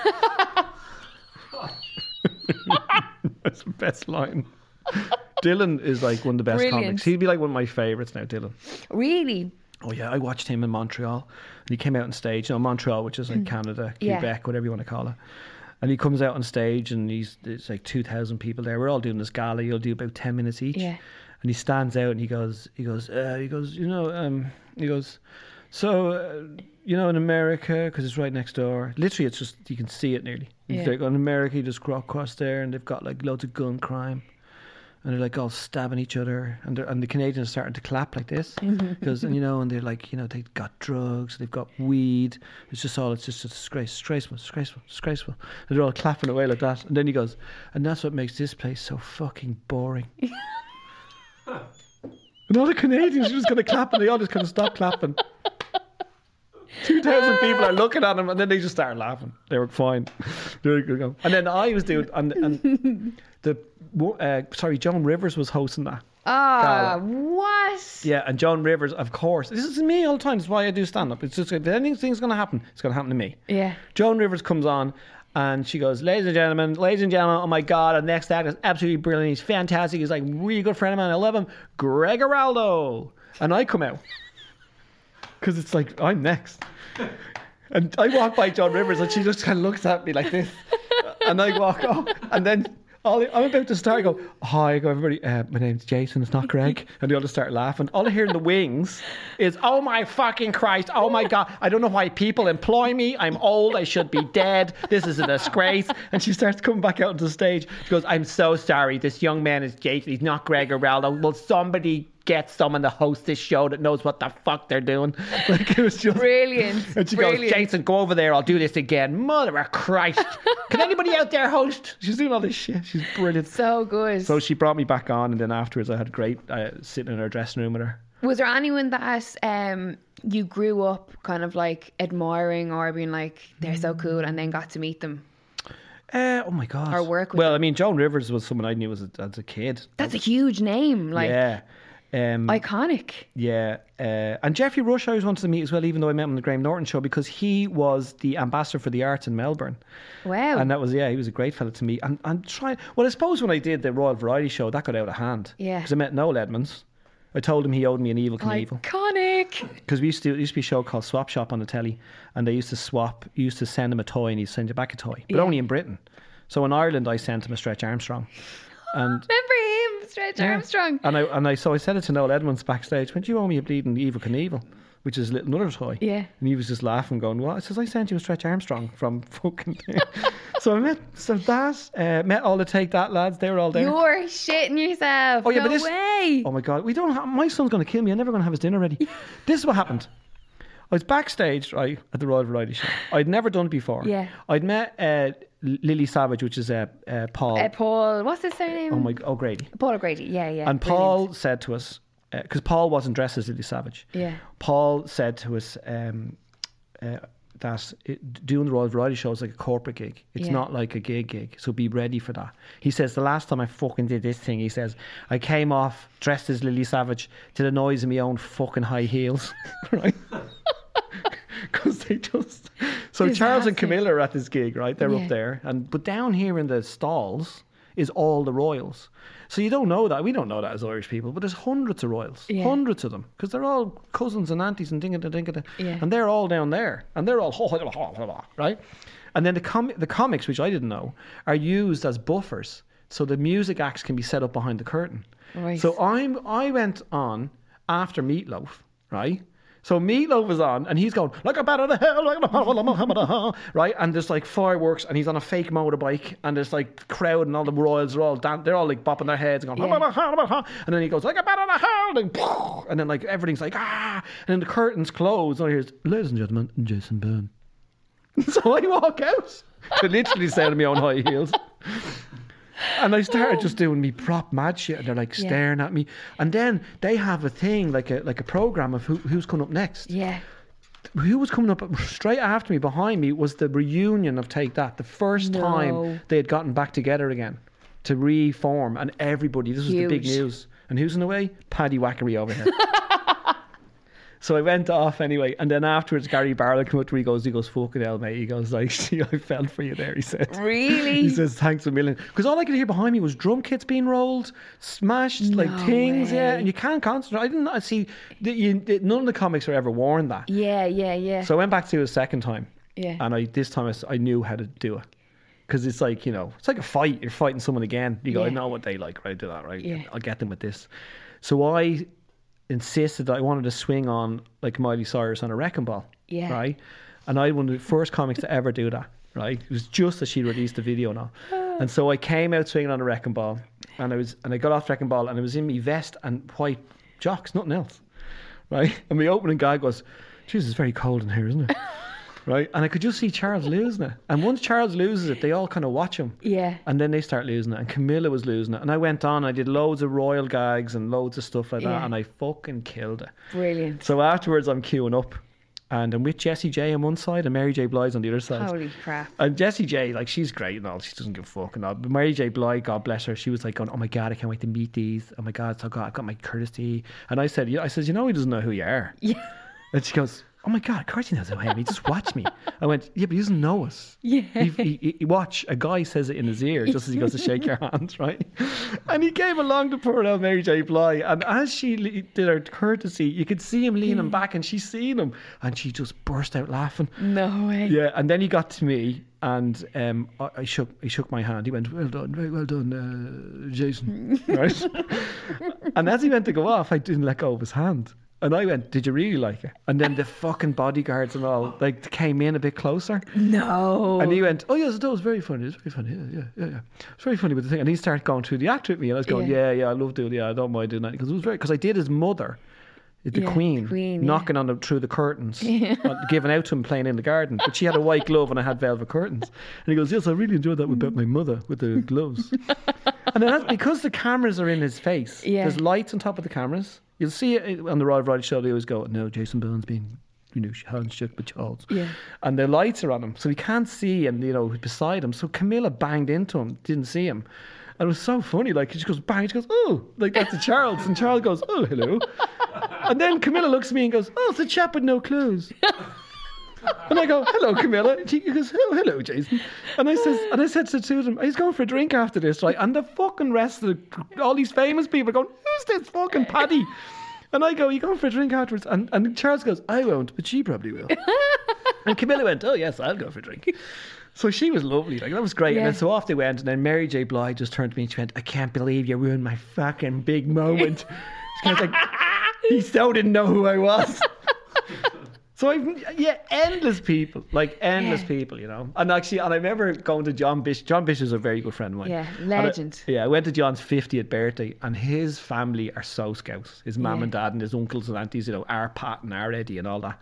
That's the best line. Dylan is like one of the best Brilliant. comics. He'd be like one of my favorites now, Dylan. really? Oh yeah, I watched him in Montreal, and he came out on stage. You know, Montreal, which is like Canada, Mm. Yeah. Quebec, whatever you want to call it. And he comes out on stage, and he's it's like two thousand people there. We're all doing this gala. You'll do about ten minutes each. Yeah. And he stands out, and he goes, he goes, uh, he goes, you know, um, he goes, so, uh, you know, in America, because it's right next door. Literally, it's just you can see it nearly. He's Yeah. like, in America, you just cro- cross there, and they've got like loads of gun crime and they're like all stabbing each other, and they're- and the Canadians are starting to clap like this because and you know, and they're like, you know, they've got drugs, they've got weed. It's just all, it's just a disgrace, disgraceful, disgraceful, disgraceful. And they're all clapping away like that. And then he goes, and that's what makes this place so fucking boring. and all the Canadians are just going to clap, and they all just kind of stop clapping. Two thousand people are looking at him, and then they just start laughing. They were fine. They were going- and then I was doing, and, and the wo- uh, sorry, John Rivers was hosting that. Ah, what? Yeah, and John Rivers, of course, this is me all the time. That's why I do stand up. It's just if anything's going to happen, it's going to happen to me. Yeah. Joan Rivers comes on and she goes, Ladies and gentlemen, ladies and gentlemen, oh my God, our next act is absolutely brilliant. He's fantastic. He's like a really good friend of mine. I love him. Greg Araldo. And I come out because it's like, I'm next. And I walk by John Rivers and she just kind of looks at me like this. And I walk off. And then all I- I'm about to start, I go, Hi, I go, everybody. Uh, my name's Jason. It's not Greg. And they all just start laughing. All I hear in the wings is, Oh my fucking Christ. Oh my God. I don't know why people employ me. I'm old. I should be dead. This is a disgrace. And she starts coming back out onto the stage. She goes, I'm so sorry. This young man is Jason. He's not Greg Araldo. Will somebody get someone to host this show that knows what the fuck they're doing? Like, it was just. Brilliant. And she Brilliant. goes, Jason, go over there. I'll do this again. Mother of Christ. Can anybody out there host? She's doing all this shit. She's brilliant. so good. So she brought me back on, and then afterwards, I had great uh, sitting in her dressing room with her. Was there anyone that um you grew up kind of like admiring or being like they're Mm. so cool and then got to meet them? Uh, oh my God. Or work with Well, I mean, Joan Rivers was someone I knew as a, as a kid. That's a huge name. Like yeah. Um, Iconic. yeah, uh, and Jeffrey Rush I always wanted to meet as well, even though I met him on the Graham Norton show because he was the ambassador for the arts in Melbourne, Wow. and that was yeah, he was a great fellow to meet. And and try well, I suppose when I did the Royal Variety Show, that got out of hand. Yeah. because I met Noel Edmonds. I told him he owed me an evil Knievel. Iconic. because we used to it used to be a show called Swap Shop on the telly, and they used to swap. You used to send him a toy, and he'd send you back a toy, but Yeah. only in Britain. So in Ireland, I sent him a Stretch Armstrong, and Remember him, Stretch Armstrong. and I and I so I said it to Noel Edmonds backstage. When do you owe me a bleeding evil Knievel? Which is a little another toy. Yeah. And he was just laughing, going, What? I says, I sent you a Stretch Armstrong from fucking. so I met, so that, uh, met all the Take That lads. They were all there. You're shitting yourself. Oh, yeah, no but this- way. Oh my god, we don't. Have, my son's going to kill me. I'm never going to have his dinner ready. this is what happened. I was backstage right at the Royal Variety Show. I'd never done it before. Yeah. I'd met uh, L- Lily Savage, which is uh, uh, Paul. Uh, Paul, what's his surname? oh my, oh Grady. Paul O'Grady. Yeah, yeah. And Paul said to us, because Paul wasn't dressed as Lily Savage. Yeah. Paul said to us um, uh, that it, doing the Royal Variety Show is like a corporate gig. It's Yeah. not like a gig gig. So be ready for that. He says the last time I fucking did this thing, he says I came off dressed as Lily Savage to the noise of my own fucking high heels, right? Because they just so Charles and Disaster. Camilla are at this gig, right? They're Yeah. up there, and but down here in the stalls is all the royals. So you don't know that. We don't know that as Irish people, but there's hundreds of royals, Yeah. hundreds of them, because they're all cousins and aunties and ding a ding a Yeah. and they're all down there, and they're all right. And then the com- the comics, which I didn't know, are used as buffers, so the music acts can be set up behind the curtain. Right. So I'm I went on after Meatloaf, right? So Meatloaf was on and he's going like a bat out of hell, like a hell, like a hell," right? And there's like fireworks and he's on a fake motorbike and there's like crowd and all the royals are all dan- they're all like bopping their heads and going Yeah. and then he goes like a bat out of hell and, and then like everything's like ah and then the curtains close and all he hears ladies and gentlemen Jason Byrne. so I walk out to literally sound of my own high heels. And I started just doing me prop mad shit, and they're like Oh. Yeah. staring at me. And then they have a thing like a like a program of who, who's coming up next. Yeah. Who was coming up straight after me, behind me, was the reunion of Take That. The first No. time they had gotten back together again to reform, and everybody. This was the big Huge. news. And who's in the way? Paddy Wackery over here. So I went off anyway, and then afterwards, Gary Barlow came up to me. He goes, he goes, fucking hell, mate. He goes, like, "Gee, I fell for you there. He said, Really? he says, thanks a million. Because all I could hear behind me was drum kits being rolled, smashed, like No things, yeah. way. And you can't concentrate. I didn't I see, the, you, the, none of the comics are ever worn that. yeah, yeah, yeah. So I went back to it a second time. Yeah. And I this time I, s- I knew how to do it. Because it's like, you know, it's like a fight. You're fighting someone again. You go, I Yeah. know what they like, right? Do that, right? Yeah. I'll get them with this. So I insisted that I wanted to swing on like Miley Cyrus on a wrecking ball. Yeah. Right? And I one of the first comics to ever do that, right? It was just as she released the video now. And so I came out swinging on a wrecking ball and I was and I got off the wrecking ball and I was in my vest and white jocks, nothing else right? And the opening guy goes, "Jesus, it's very cold in here, isn't it?" right? And I could just see Charles losing it. And once Charles loses it, they all kind of watch him. yeah. And then they start losing it. And Camilla was losing it. And I went on. I did loads of royal gags and loads of stuff like that. Yeah. And I fucking killed it. Brilliant. So afterwards, I'm queuing up, and I'm with Jesse J on one side and Mary J Blige on the other side. Holy crap. And Jessie J, like she's great and all, she doesn't give a fuck and all. But Mary J. Blige, God bless her, she was like going, "Oh my god, I can't wait to meet these. Oh my god, so god, I've got my courtesy." And I said, "Yeah," I says, "You know, he doesn't know who you are." Yeah. And she goes, "Oh my god, of course he knows who I am. He just watched me." I went, "Yeah, but he doesn't know us. Yeah. He, he, he- watch a guy says it in his ear just as he goes to shake your hand, right?" And he came along to poor old Mary J. Blige, and as she le- did her courtesy, you could see him leaning back, and she seen him, and she just burst out laughing. No way. Yeah, and then he got to me, and um, I, I shook he shook my hand. He went, "Well done, very well done, uh, Jason." Right? and as he went to go off, I didn't let go of his hand, and I went, "Did you really like it?" And then the fucking bodyguards and all like came in a bit closer, No. and he went, "Oh yes, that was very funny. It's very funny. Yeah, yeah, yeah, yeah. It's very funny." But the thing, and he started going through the act with me, and I was going, Yeah. "Yeah, yeah, I love doing. Yeah, I don't mind doing that because it was very because I did his mother." The Yeah, the queen, Queen, yeah. knocking on the, through the curtains, uh, giving out to him playing in the garden. But she had a white glove and I had velvet curtains. And he goes, "Yes, I really enjoyed that Mm. about my mother with the gloves." and then that's because the cameras are in his face. Yeah. There's lights on top of the cameras. You'll see it on the Royal Variety Show. They always go, "No, Jason Byrne's been, you know, handshake with Charles." Yeah. and the lights are on him, so he can't see, and you know, beside him. So Camilla banged into him, didn't see him, And it was so funny. Like, she just goes, bang. She goes, oh, like that's a Charles. And Charles goes, oh, hello. And then Camilla looks at me and goes, oh, it's a chap with no clues. And I go, hello, Camilla. And she goes, oh, hello, Jason. And I says, and I said to Susan, he's going for a drink after this, right? And the fucking rest of the, all these famous people are going, who's this fucking Paddy? And I go, you going for a drink afterwards? And, and Charles goes, I won't, but she probably will. and Camilla went, oh, yes, I'll go for a drink. So she was lovely. Like, that was great. And then Yeah. so off they went. And then Mary J. Blige just turned to me and she went, I can't believe you ruined my fucking big moment. She was like, he still didn't know who I was. So I've yeah, endless people, like endless Yeah. people, you know. And actually, and I remember going to John Bish. John Bish is a very good friend of mine. Yeah, And I- legend. yeah, I went to John's 50th birthday, and his family are so scouts. His mum and dad and his uncles and aunties, you know, our Pat and our Eddie and all that.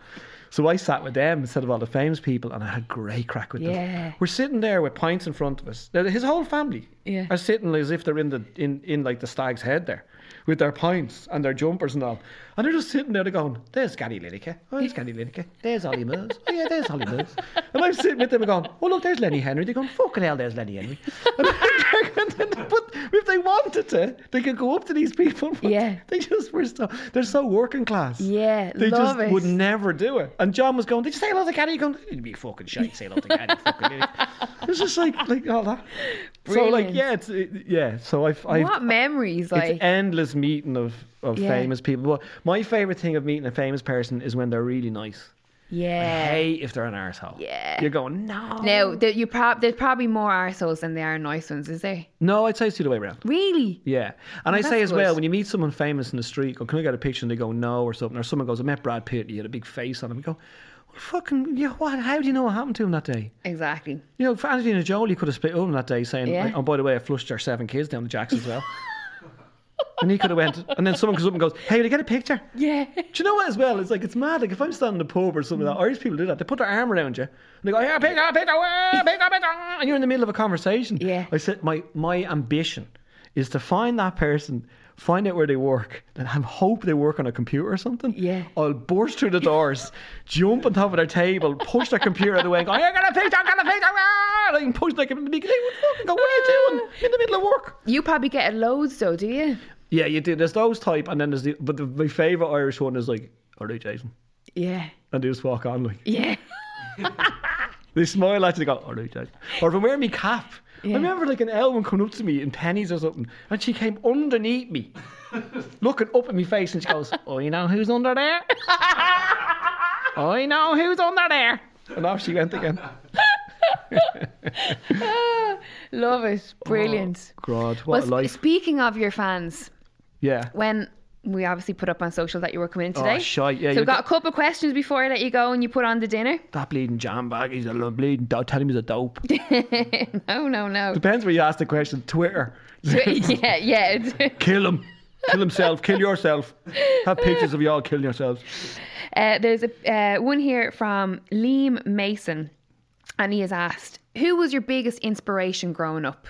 So I sat with them instead of all the famous people, and I had great crack with Yeah. them. We're sitting there with pints in front of us. Now, his whole family Yeah. are sitting as if they're in the in, in like the stag's head there, with their pints and their jumpers and all, and they're just sitting there they're going, "There's Gary Lineker, oh there's Gary Lineker, there's Ollie Mills, oh yeah there's Ollie Mills," and I'm sitting with them and going, "Oh look there's Lenny Henry," they're going, "Fucking hell there's Lenny Henry," and then, but if they wanted to, they could go up to these people. but Yeah. they just were so they're so working class. Yeah, they love just it. would never do it. And John was going, "Did you say hello to Gary?" He going, "You'd be fucking shy. Say hello to Gary." fucking idiot." It was just like like all that. So like Brilliant. yeah, it's it, yeah. So I've, I've what memories? Like, it's endless meeting of of Yeah. famous people. But my favorite thing of meeting a famous person is when they're really nice. yeah. Hey, if they're an arsehole. Yeah. You're going no. Now, there, you prob- there's probably more arseholes than there are nice ones, is there? No, I'd say it's the other way around. Really? Yeah. And I that's say as good. well, when you meet someone famous in the street, go, can I get a picture? And they go, no, or something. Or someone goes, I met Brad Pitt. He had a big face on him. You go, well, fucking, yeah, what? How do you know what happened to him that day? Exactly. You know, if Angelina Jolie could have split up that day saying, Yeah. oh, by the way, I flushed our seven kids down the Jacksonville. and he could have went, and then someone comes up and goes, hey, will you get a picture? Yeah. Do you know what as well? It's like it's mad. Like if I'm standing in a pub or something, like that, Irish people do that. They put their arm around you and they go, "Here, pick up, pick up, eh, pick up, pick up," and you're in the middle of a conversation. Yeah. I said my my ambition is to find that person, find out where they work, and I hope they work on a computer or something. Yeah. I'll burst through the doors, jump on top of their table, push their computer out of the way, and go, "Here, get a picture, get a picture," eh," and I can push like they would fucking go, "What are you doing Ah. in the middle of work?" You probably get loads, though, do you? Yeah, you do. There's those type, and then there's the but the, my favorite Irish one is like, "All right, Jason." Yeah. and they just walk on like Yeah. they smile at you they go alright Jack." or if I'm wearing my cap I remember like an elven coming up to me in pennies or something and she came underneath me looking up at me face and she goes oh you know who's under there I know who's under there and off she went again Love it. Brilliant. God what well, a sp- life speaking of your fans, yeah when we obviously put up on social that you were coming in today. Oh, shite, yeah, so you we've got got- a couple of questions before I let you go and you put on the dinner. that bleeding jam bag he's a lo- bleeding do- tell him he's a dope No, no, no. depends where you ask the question Twitter yeah, yeah. it's- kill him kill himself kill yourself have pictures of y'all killing yourselves Uh, there's a uh, one here from Liam Mason, and he has asked, "Who was your biggest inspiration growing up?"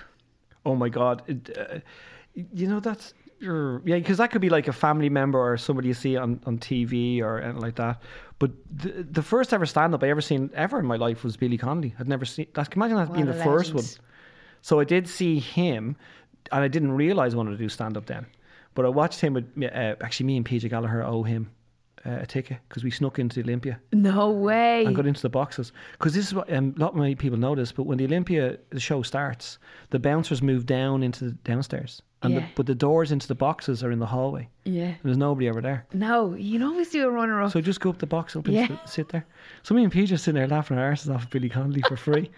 oh my god it, uh, you know that's your yeah because that could be like a family member or somebody you see on, on tv or anything like that but the, the first ever stand-up i ever seen ever in my life was billy connolly i'd never seen that's imagine that being a the first one legend. so i did see him and i didn't realize i wanted to do stand-up then but i watched him with uh, actually me and pj gallagher owe him uh, a ticket because we snuck into the olympia No way. and got into the boxes because this is what um, a lot of my people know this. But when the Olympia the show starts, the bouncers move down into the downstairs, and Yeah. the, but the doors into the boxes are in the hallway. Yeah. And there's nobody over there, No, you can always do a runner up. so just go up the box, up and Yeah. sit- sit there. So me and Peter sitting there laughing our asses off at Billy Connolly for free.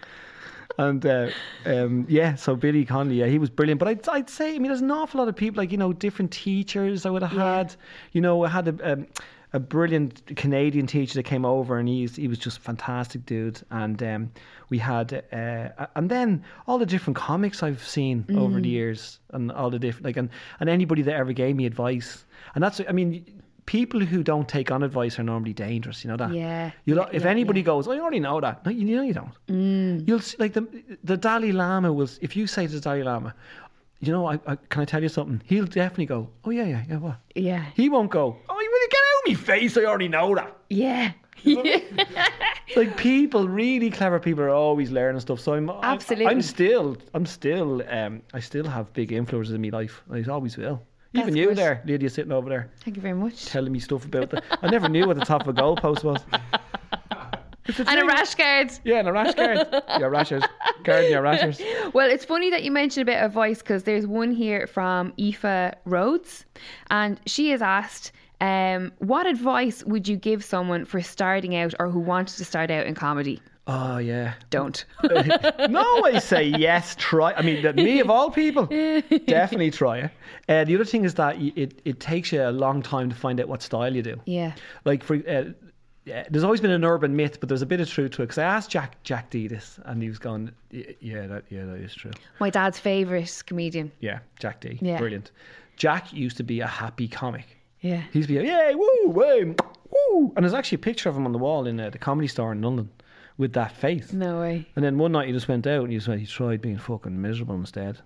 And uh, um, yeah, so Billy Connolly, yeah, he was brilliant. But I'd, I'd say, I mean, there's an awful lot of people, like you know, different teachers I would have had. You know, I had a um, a brilliant Canadian teacher that came over, and he's he was just a fantastic dude. And um, we had, uh, and then all the different comics I've seen Mm. over the years, and all the different like, and and anybody that ever gave me advice, and that's, I mean. People who don't take on advice are normally dangerous. You know that. Yeah. You Yeah, know, if yeah, anybody goes, oh, you already know that. No, you know you don't. You'll see, like the the Dalai Lama will. If you say to the Dalai Lama, you know, I, I can I tell you something? He'll definitely go, oh yeah, yeah, yeah, what? yeah. He won't go, oh, you really get out of me face? I already know that. Yeah. like people, really clever people are always learning stuff. So I'm I'm- Absolutely. I'm still, I'm still, um, I still have big influences in my life. I always will. Even That's you good. there, Lydia, sitting over there, Thank you very much. telling me stuff about the. I never knew what the top of a goalpost was. It's And a thing. rash guard. Yeah, and a rash guard. Your rashers, guarding your rashers. Well, it's funny that you mentioned a bit of voice because there's one here from Aoife Rhodes, and she has asked, um, "What advice would you give someone for starting out or who wanted to start out in comedy?" Oh yeah. Don't. no, I say yes. Try. I mean, that me of all people, definitely try it. Uh, the other thing is that y- it, it takes you a long time to find out what style you do. yeah. Like for. Uh, yeah, there's always been an urban myth, but there's a bit of truth to it. Because I asked Jack Jack D this, and he was going, "Y- "Yeah, that yeah, that is true." My dad's favorite comedian. Yeah, Jack D, Yeah. brilliant. Jack used to be a happy comic. Yeah. He's be like, yay, woo, woo, woo. And there's actually a picture of him on the wall in uh, the comedy store in London with that face. No way. And then one night he just went out and he just went, he tried being fucking miserable instead.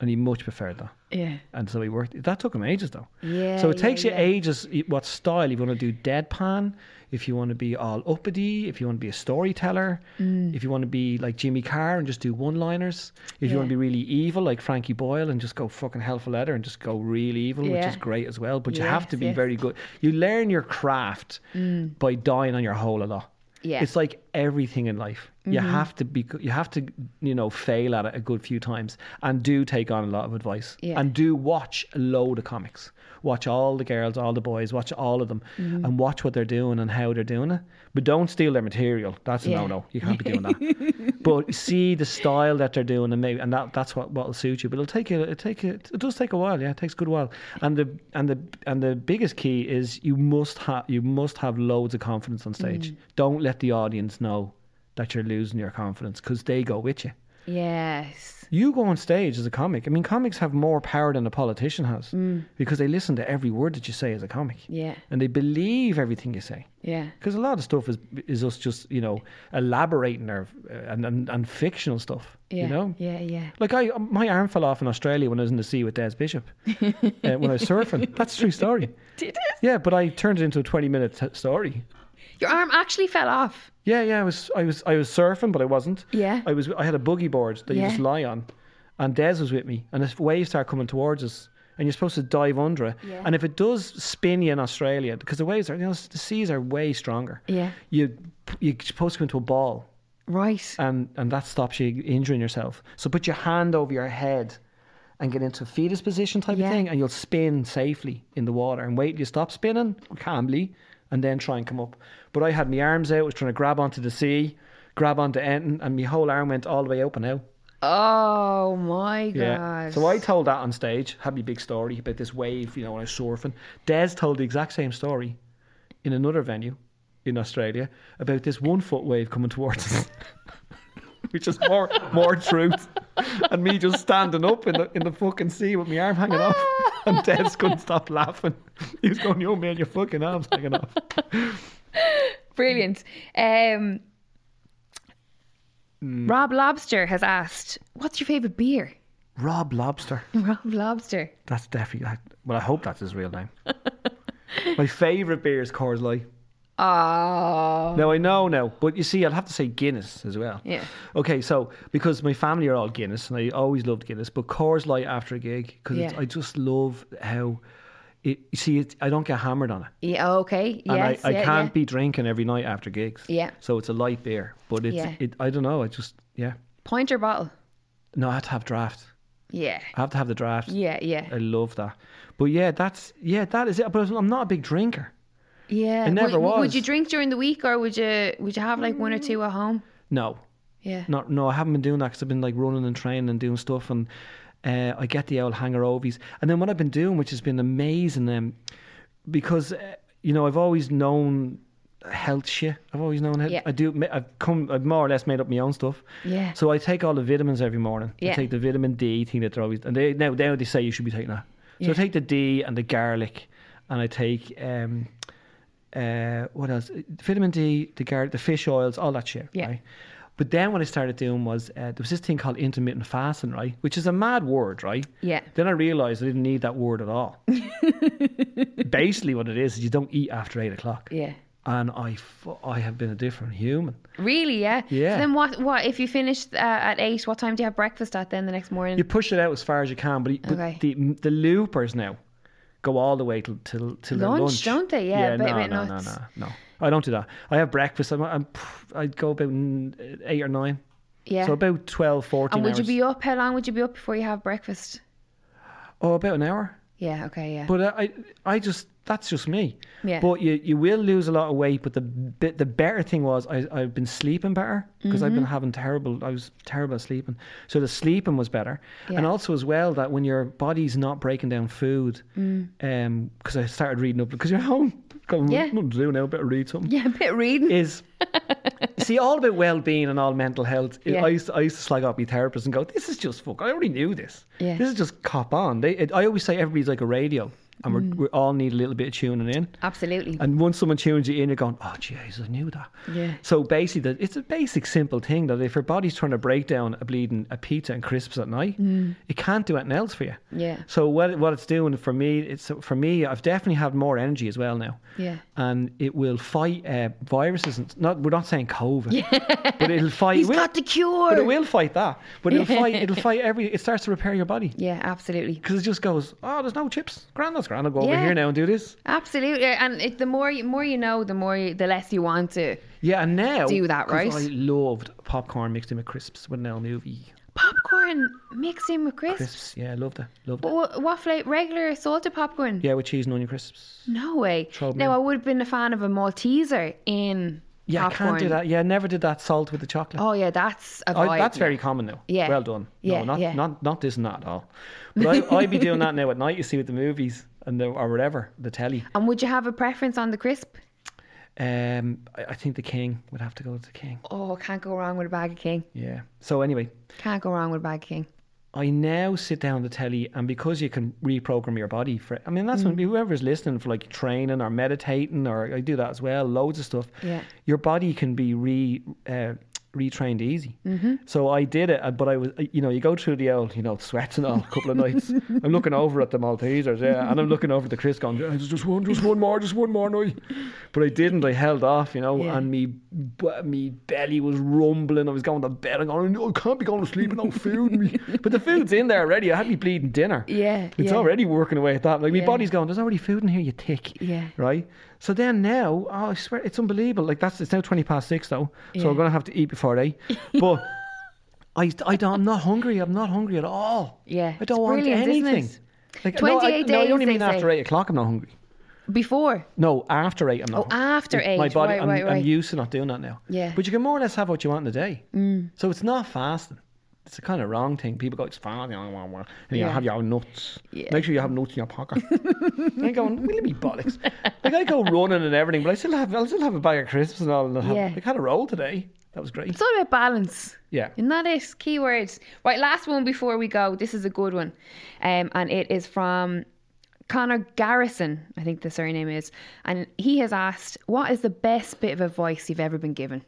And he much preferred that. Yeah. And so he worked. That took him ages though. Yeah, So it yeah, takes yeah. you ages i- what style you want to do deadpan, if you want to be all uppity, if you want to be a storyteller, Mm. if you want to be like Jimmy Carr and just do one liners, if you Yeah. want to be really evil like Frankie Boyle and just go fucking hell for leather and just go real evil, Yeah. which is great as well. But you Yes, have to be yes. very good. You learn your craft by dying on your hole a lot. Mm. Yeah. Mm-hmm. It's like everything in life. You have to be you have to, you know, fail at it a good few times and do take on a lot of advice. Yeah. And do watch a load of comics. Watch all the girls, all the boys, watch all of them Mm-hmm. and watch what they're doing and how they're doing it. But don't steal their material. That's a Yeah. no no. You can't be doing that. but see the style that they're doing and maybe and that, that's what what'll suit you. But it'll take you it take you, it does take a while, yeah. It takes a good while. And the and the and the biggest key is you must have you must have loads of confidence on Mm. stage. Don't let the audience know that you're losing your confidence because they go with you Yes. you go on stage as a comic. I mean, comics have more power than a politician has because they listen to every word that you say as a comic, Mm. Yeah. and they believe everything you say. Yeah. Because a lot of stuff is is us just you know elaborating our, uh, and, and and fictional stuff. Yeah. You know. Yeah. Yeah. Like I, my arm fell off in Australia when I was in the sea with Des Bishop, uh, when I was surfing. That's a true story. Did it? Yeah, but I turned it into a twenty-minute t- story. Your arm actually fell off. Yeah, yeah, I was, I was, I was surfing, but I wasn't. Yeah. I was. I had a boogie board that Yeah. you just lie on, and Des was with me, and this wave started coming towards us, and you're supposed to dive under it, Yeah. and if it does spin you in Australia, because the waves are, you know, the seas are way stronger. Yeah. You, you're supposed to go into a ball, Right. and and that stops you injuring yourself. So put your hand over your head. And get into fetus position type Yeah. of thing, and you'll spin safely in the water. And wait till you stop spinning calmly, and then try and come up. But I had my arms out, was trying to grab onto the sea, grab onto anything, and my whole arm went all the way open out. Oh my god. So I told that on stage, had my big story about this wave, you know, when I was surfing. Des told the exact same story in another venue in Australia about this one foot wave coming towards us. Which is more more truth. And me just standing up in the in the fucking sea with my arm hanging off. And Des couldn't stop laughing. He was going, Yo man, your fucking arm's hanging off. Brilliant. Um, Mm. Rob Lobster has asked, "What's your favorite beer?" Rob Lobster. Rob Lobster. That's definitely well, I hope that's his real name. My favourite beer is Coors Light. Oh, No, I know now, but you see, I'll have to say Guinness as well. Yeah. Okay, so because my family are all Guinness, and I always loved Guinness, but Coors Light after a gig because Yeah. I just love how it. You see, it, I don't get hammered on it, yeah. Okay. Yes. and I, I yeah, can't yeah. be drinking every night after gigs. Yeah. So it's a light beer, but it's Yeah. it. I don't know. I just yeah. Point or bottle? No, I have to have draft. Yeah. I have to have the draft. Yeah. Yeah. I love that. But yeah, that's yeah, that is it. But I'm not a big drinker. Yeah. would, never would- Would was. you drink during the week, or would you would you have like one or two at home? No, Yeah. Not, no, I haven't been doing that because I've been like running and training and doing stuff, and uh, I get the old hanger ovies. And then what I've been doing, which has been amazing, um, because uh, you know I've always known health shit. I've always known health. Yeah. I do. ma- I've come. I've more or less made up my own stuff. Yeah. So I take all the vitamins every morning. Yeah. I take the vitamin D thing that they're always and they now now they say you should be taking that. So Yeah. I take the D and the garlic, and I take um, uh, what else? Vitamin D, the garlic, the fish oils, all that shit. Yeah. Right? But then what I started doing was uh, there was this thing called intermittent fasting, right? Which is a mad word, right? Yeah. Then I realized I didn't need that word at all. Basically, what it is is you don't eat after eight o'clock. Yeah. and I, fu- I have been a different human. Really? Yeah. Yeah. So then what? What if you finish uh, at eight? What time do you have breakfast at then the next morning? You push it out as far as you can, but, but Okay. the the loopers now go all the way till till, till their Lunch, lunch, don't they? Yeah, yeah but- no, but no, no, nuts. no, no. I don't do that. I have breakfast. I'm, I'm I'd go about mm, eight or nine, yeah. so about 12, 14 and would you hours. be up? How long would you be up before you have breakfast? oh, about an hour. Yeah. Okay. Yeah. But I, I just that's just me. Yeah. But you, you will lose a lot of weight. But the bit the better thing was I I've been sleeping better because I've Mm-hmm. been having terrible I was terrible at sleeping. So the sleeping was better, and Yeah. also as well that when your body's not breaking down food, um, because I started reading up because you're home, going, Mm. Yeah. nothing to do now, better read something yeah. A bit reading. is see all about well-being and all mental health. I- Yeah. I used to, I used to slag off my therapist and go, "This is just fuck. I already knew this. Yeah. This is just cop on." They, it, I always say everybody's like a radio, and Mm. we're, we all need a little bit of tuning in. Absolutely. And once someone tunes you in, you're going, "Oh, jeez, I knew that." Yeah. So basically, that it's a basic, simple thing that if your body's trying to break down a bleeding a pizza and crisps at night, Mm. it can't do anything else for you. Yeah. So what what it's doing for me, it's for me, I've definitely had more energy as well now Yeah. and it will fight uh, viruses. And not we're not saying COVID, but it'll fight. He's will- got the but it cure. will fight that. But it'll fight. It'll fight every. It starts to repair your body Yeah. Absolutely. because it just goes. Oh, there's no chips. Grand, that's grand. I'll go over Yeah. here now and do this. Absolutely. And it, the more you, more you know, the more you, the less you want to. Yeah, and now Do that, 'cause right? I loved popcorn mixed in with crisps with an L movie. Popcorn mixed in with crisps. Crisps. Yeah, I loved it. Loved it. What, what flavor? Regular salted popcorn. Yeah, with cheese and onion crisps. No way. Trouble. Now I would have been a fan of a Malteser in Yeah, popcorn. I can't do that. Yeah, I never did that salt with the chocolate. Oh yeah, that's a I- vibe. that's very common now. Yeah. Well done. Yeah, no, not, yeah. not not this and that at all. But I, I'd be doing that now at night, you see, with the movies and the, or whatever, the telly. And would you have a preference on the crisp? Um, I, I think the king would have to go to the king. Oh, can't go wrong with a bag of king. Yeah. So anyway, Can't go wrong with a bag of king. I now sit down the telly, and because you can reprogram your body for I mean, that's when Mm. whoever's listening for like training or meditating, or I do that as well, loads of stuff. Yeah. Your body can be re. Uh, Retrained easy, mm-hmm. so I did it. uh, But I was, you know, you go through the old, you know, sweats and all. A couple of nights, I'm looking over at the Maltesers, yeah, and I'm looking over at the Chris, going, "Yeah, just one, just one more, just one more night. But I didn't. I held off, you know, Yeah. and me, b- me belly was rumbling. I was going to bed. I'm going, "No, I can't be going to sleep with no food. in me." but the food's in there already. I had me bleeding dinner. Yeah, It's yeah. already working away at that. Like, Yeah. my body's going, there's already food in here, you tick. Yeah. Right? So then now, oh, I swear, it's unbelievable. Like, that's it's now 20 past six, though. So I'm going to have to eat before eight. But I, I don't, I'm not hungry. I'm not hungry at all. Yeah, I don't it's want brilliant, isn't it? anything. Like, no, I, 28 no, I days, only they mean after say. eight o'clock, I'm not hungry. Before. No, after eight, I'm not. Oh, after It- My eight, body, right, I'm, right, I'm right. used to not doing that now. Yeah. But you can more or less have what you want in a day. Mm. So it's not fasting. It's a kind of wrong thing. People go, it's fasting, blah, blah, blah," and you Yeah. have your nuts. Yeah. Make sure you have nuts in your pocket. and I'm going, will it be bollocks? Like I go running and everything, but I still have, I'll still have a bag of crisps and all. And I'll have, Yeah. Like, had a roll today. That was great. It's all about balance. Yeah. Isn't that it? Keywords. Right, last one before we go. This is a good one. Um, and it is from Connor Garrison, I think the surname is. And he has asked, What is the best bit of advice you've ever been given?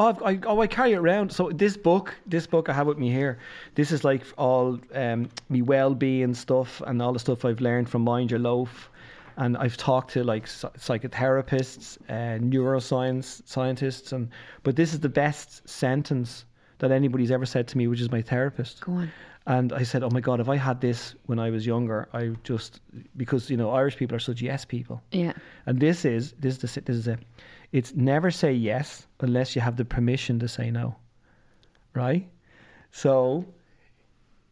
Oh, I've, I, oh, I carry it around. So this book, this book I have with me here, this is like all um, me well-being stuff and all the stuff I've learned from Mind Your Loaf. And I've talked to like psy- psychotherapists, uh, neuroscience scientists, and but this is the best sentence that anybody's ever said to me, which is my therapist. Go on. And I said, "Oh my God, if I had this when I was younger, I just because you know Irish people are such yes people." Yeah. And this is this is the, this is it. It's never say yes unless you have the permission to say no, right? So,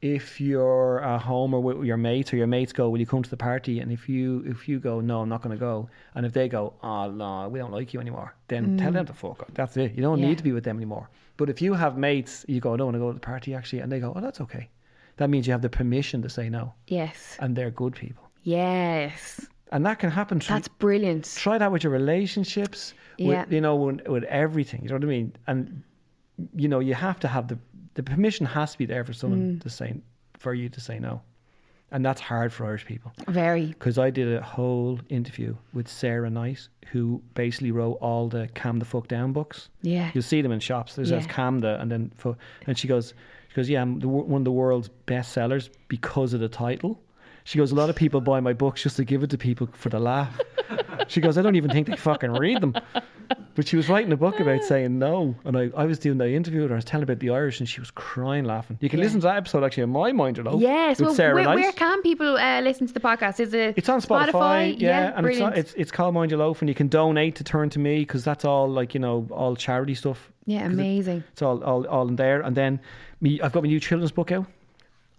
if you're at home or with your mates, or your mates go, "Will you come to the party?" and if you if you go, "No, I'm not going to go," and if they go, "Oh no, we don't like you anymore," then tell them to fuck off. That's it. You don't Yeah. need to be with them anymore. But if you have mates, you go, "I don't want to go to the party actually," and they go, "Oh, that's okay." That means you have the permission to say no, Yes. and they're good people, Yes. and that can happen. through That's brilliant. try that with your relationships Yeah. with you know with, with everything you know what i mean and you know you have to have the the permission has to be there for someone to say for you to say no and that's hard for irish people Very. because i did a whole interview with sarah knight who basically wrote all the calm the fuck down books Yeah. you'll see them in shops there's Yeah. yeah. calm the and then fu- and she goes she goes yeah i'm the, wor- one of the world's best sellers because of the title she goes a lot of people buy my books just to give it to people for the laugh She goes, I don't even think they fucking read them. But she was writing a book about saying no. And I, I was doing the interview with her. I was telling about the Irish and she was crying laughing. You can listen to that episode actually in my mind, though. Yes, with well, Sarah where, Nice. where can people uh, listen to the podcast? Is it It's on Spotify, yeah, and it's, brilliant. not, it's it's called Mind Your Loaf, and you can donate to Turn to Me because that's all like you know all charity stuff. yeah, 'Cause it- amazing. It's all, all all in there, and then me, I've got my new children's book out.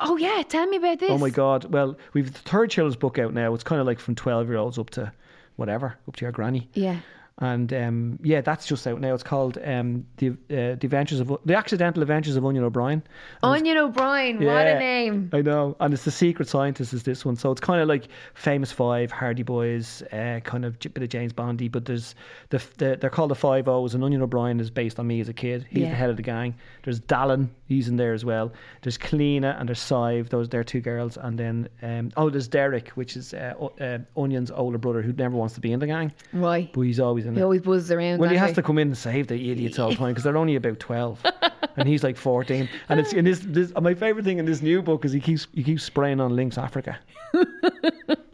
Oh yeah, tell me about this. Oh my god! Well, we've the third children's book out now. It's kind of like from twelve year olds up to whatever, up to your granny, Yeah. and um, yeah, that's just out now. It's called um, the uh, the Adventures of the Accidental Adventures of Onion O'Brien. Onion O'Brien, what Yeah. a name. I know, and it's the Secret Scientist is this one, so it's kind of like Famous Five, Hardy Boys, uh, kind of j- bit of James Bondy, but there's the, the they're called the Five O's, and Onion O'Brien is based on me as a kid. He's Yeah. the head of the gang. There's Dallin, he's in there as well. There's Kalina and there's Sive, those they're two girls, and then um, oh, there's Derek, which is uh, o- uh, Onion's older brother who never wants to be in the gang, Why? but he's always in He it. always buzzes around. Well, he don't has to come in and save the idiots all the time because they're only about twelve, and he's like fourteen. And it's in this. this my favorite thing in this new book is he keeps he keeps spraying on Lynx Africa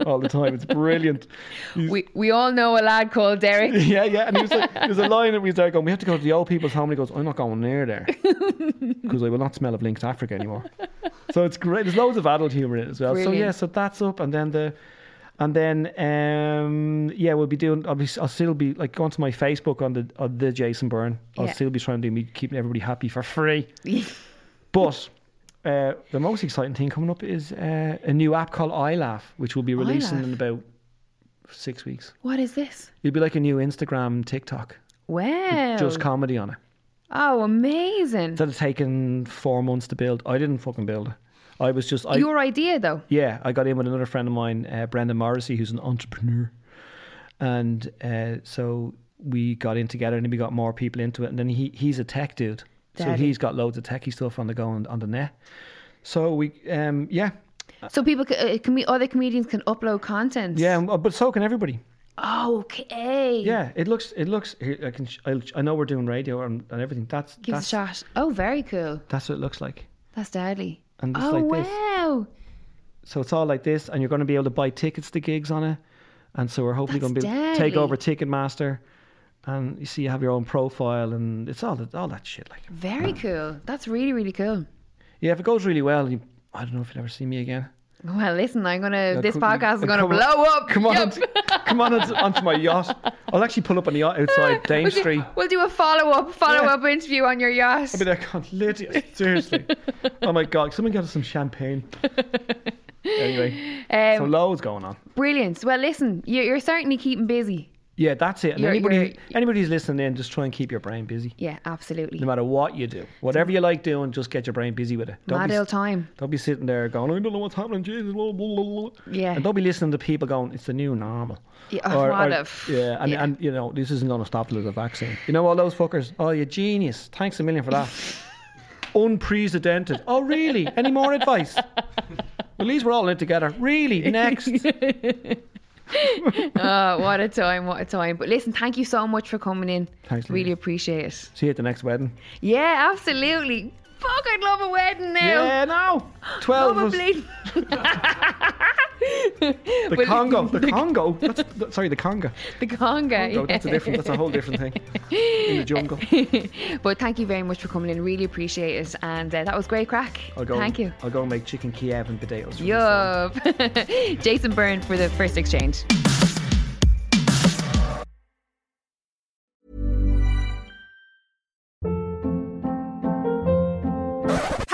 all the time. It's brilliant. He's- We we all know a lad called Derek. yeah, yeah. And he was like, there's a line that we start going. We have to go to the old people's home. And he goes, I'm not going near there because I will not smell of Lynx Africa anymore. So it's great. There's loads of adult humor in it as well. So yeah, Brilliant. so that's up, and then the. And then, um, yeah, we'll be doing. I'll, be, I'll still be like going to my Facebook on the on the Jason Byrne. I'll Yeah. still be trying to be keeping everybody happy for free. But uh, the most exciting thing coming up is uh, a new app called iLaugh, which we'll be releasing in iLaugh? about six weeks. what is this? It'll be like a new Instagram, TikTok, Wow. just comedy on it. oh, amazing. That had taken four months to build. I didn't fucking build it. I was just, I, Your idea though. yeah, I got in with another friend of mine, uh, Brendan Morrissey, who's an entrepreneur. And uh, so we got in together and then we got more people into it. And then he, he's a tech dude. So Daddy. he's got loads of techie stuff on the go on, on the net. So we, um, yeah, So people, c- uh, com- other comedians can upload content. yeah, um, but so can everybody. Oh, okay. Yeah, it looks, it looks. here, I can, sh- I'll, I know we're doing radio and, and everything. That's Give it a that's shot. Oh, very cool. that's what it looks like. That's deadly. And just Oh like this. wow. So it's all like this, and you're going to be able to buy tickets to gigs on it. And so we're hopefully That's going to be able to take deadly. over Ticketmaster, and you see you have your own profile, and it's all that, all that shit. Like, Very cool. That's really really cool. yeah, if it goes really well, you, I don't know if you'll ever see me again. Well, listen, I'm gonna. Yeah, this could- podcast is and gonna come on- blow up. Come on, Yup. onto, come on onto, onto my yacht. I'll actually pull up on the yacht outside Dame We'll do- Street. We'll do a follow up follow up interview on your yacht. I'll be there going, Lydia, seriously. oh my God, someone get us some champagne. anyway, Um, so loads going on. Brilliant. Well, listen, you- you're certainly keeping busy. Yeah, that's it. And You're- anybody, you're- anybody who's listening in, just try and keep your brain busy. Yeah, absolutely. No matter what you do, whatever you like doing, just get your brain busy with it. Don't Mad be, old time. don't be sitting there going, I don't know what's happening, Jesus. Blah, blah, blah, blah." Yeah. And don't be listening to people going, it's the new normal. Yeah, oh, what a f- yeah, and, yeah. and you know, this isn't going to stop till there's a vaccine. You know, all those fuckers, oh, you genius. Thanks a million for that. Unprecedented. Oh, really? Any more advice? At least we're all in it together. Really? Next. oh, what a time, what a time. But listen, thank you so much for coming in. Thanks, Really Lydia. appreciate it. See you at the next wedding. Yeah, absolutely. Fuck, I'd love a wedding now. Yeah, no. 12 Love a of us. bleed. The Well, Congo. The Congo. That's, that- sorry, the Congo. The Congo. No, that's a different. That's a whole different thing. In the jungle. But thank you very much for coming in. Really appreciate it. And uh, that was great crack. I'll go. Thank you. I'll go and make chicken Kiev and potatoes. from this one. Yup. Jason Byrne for the first exchange.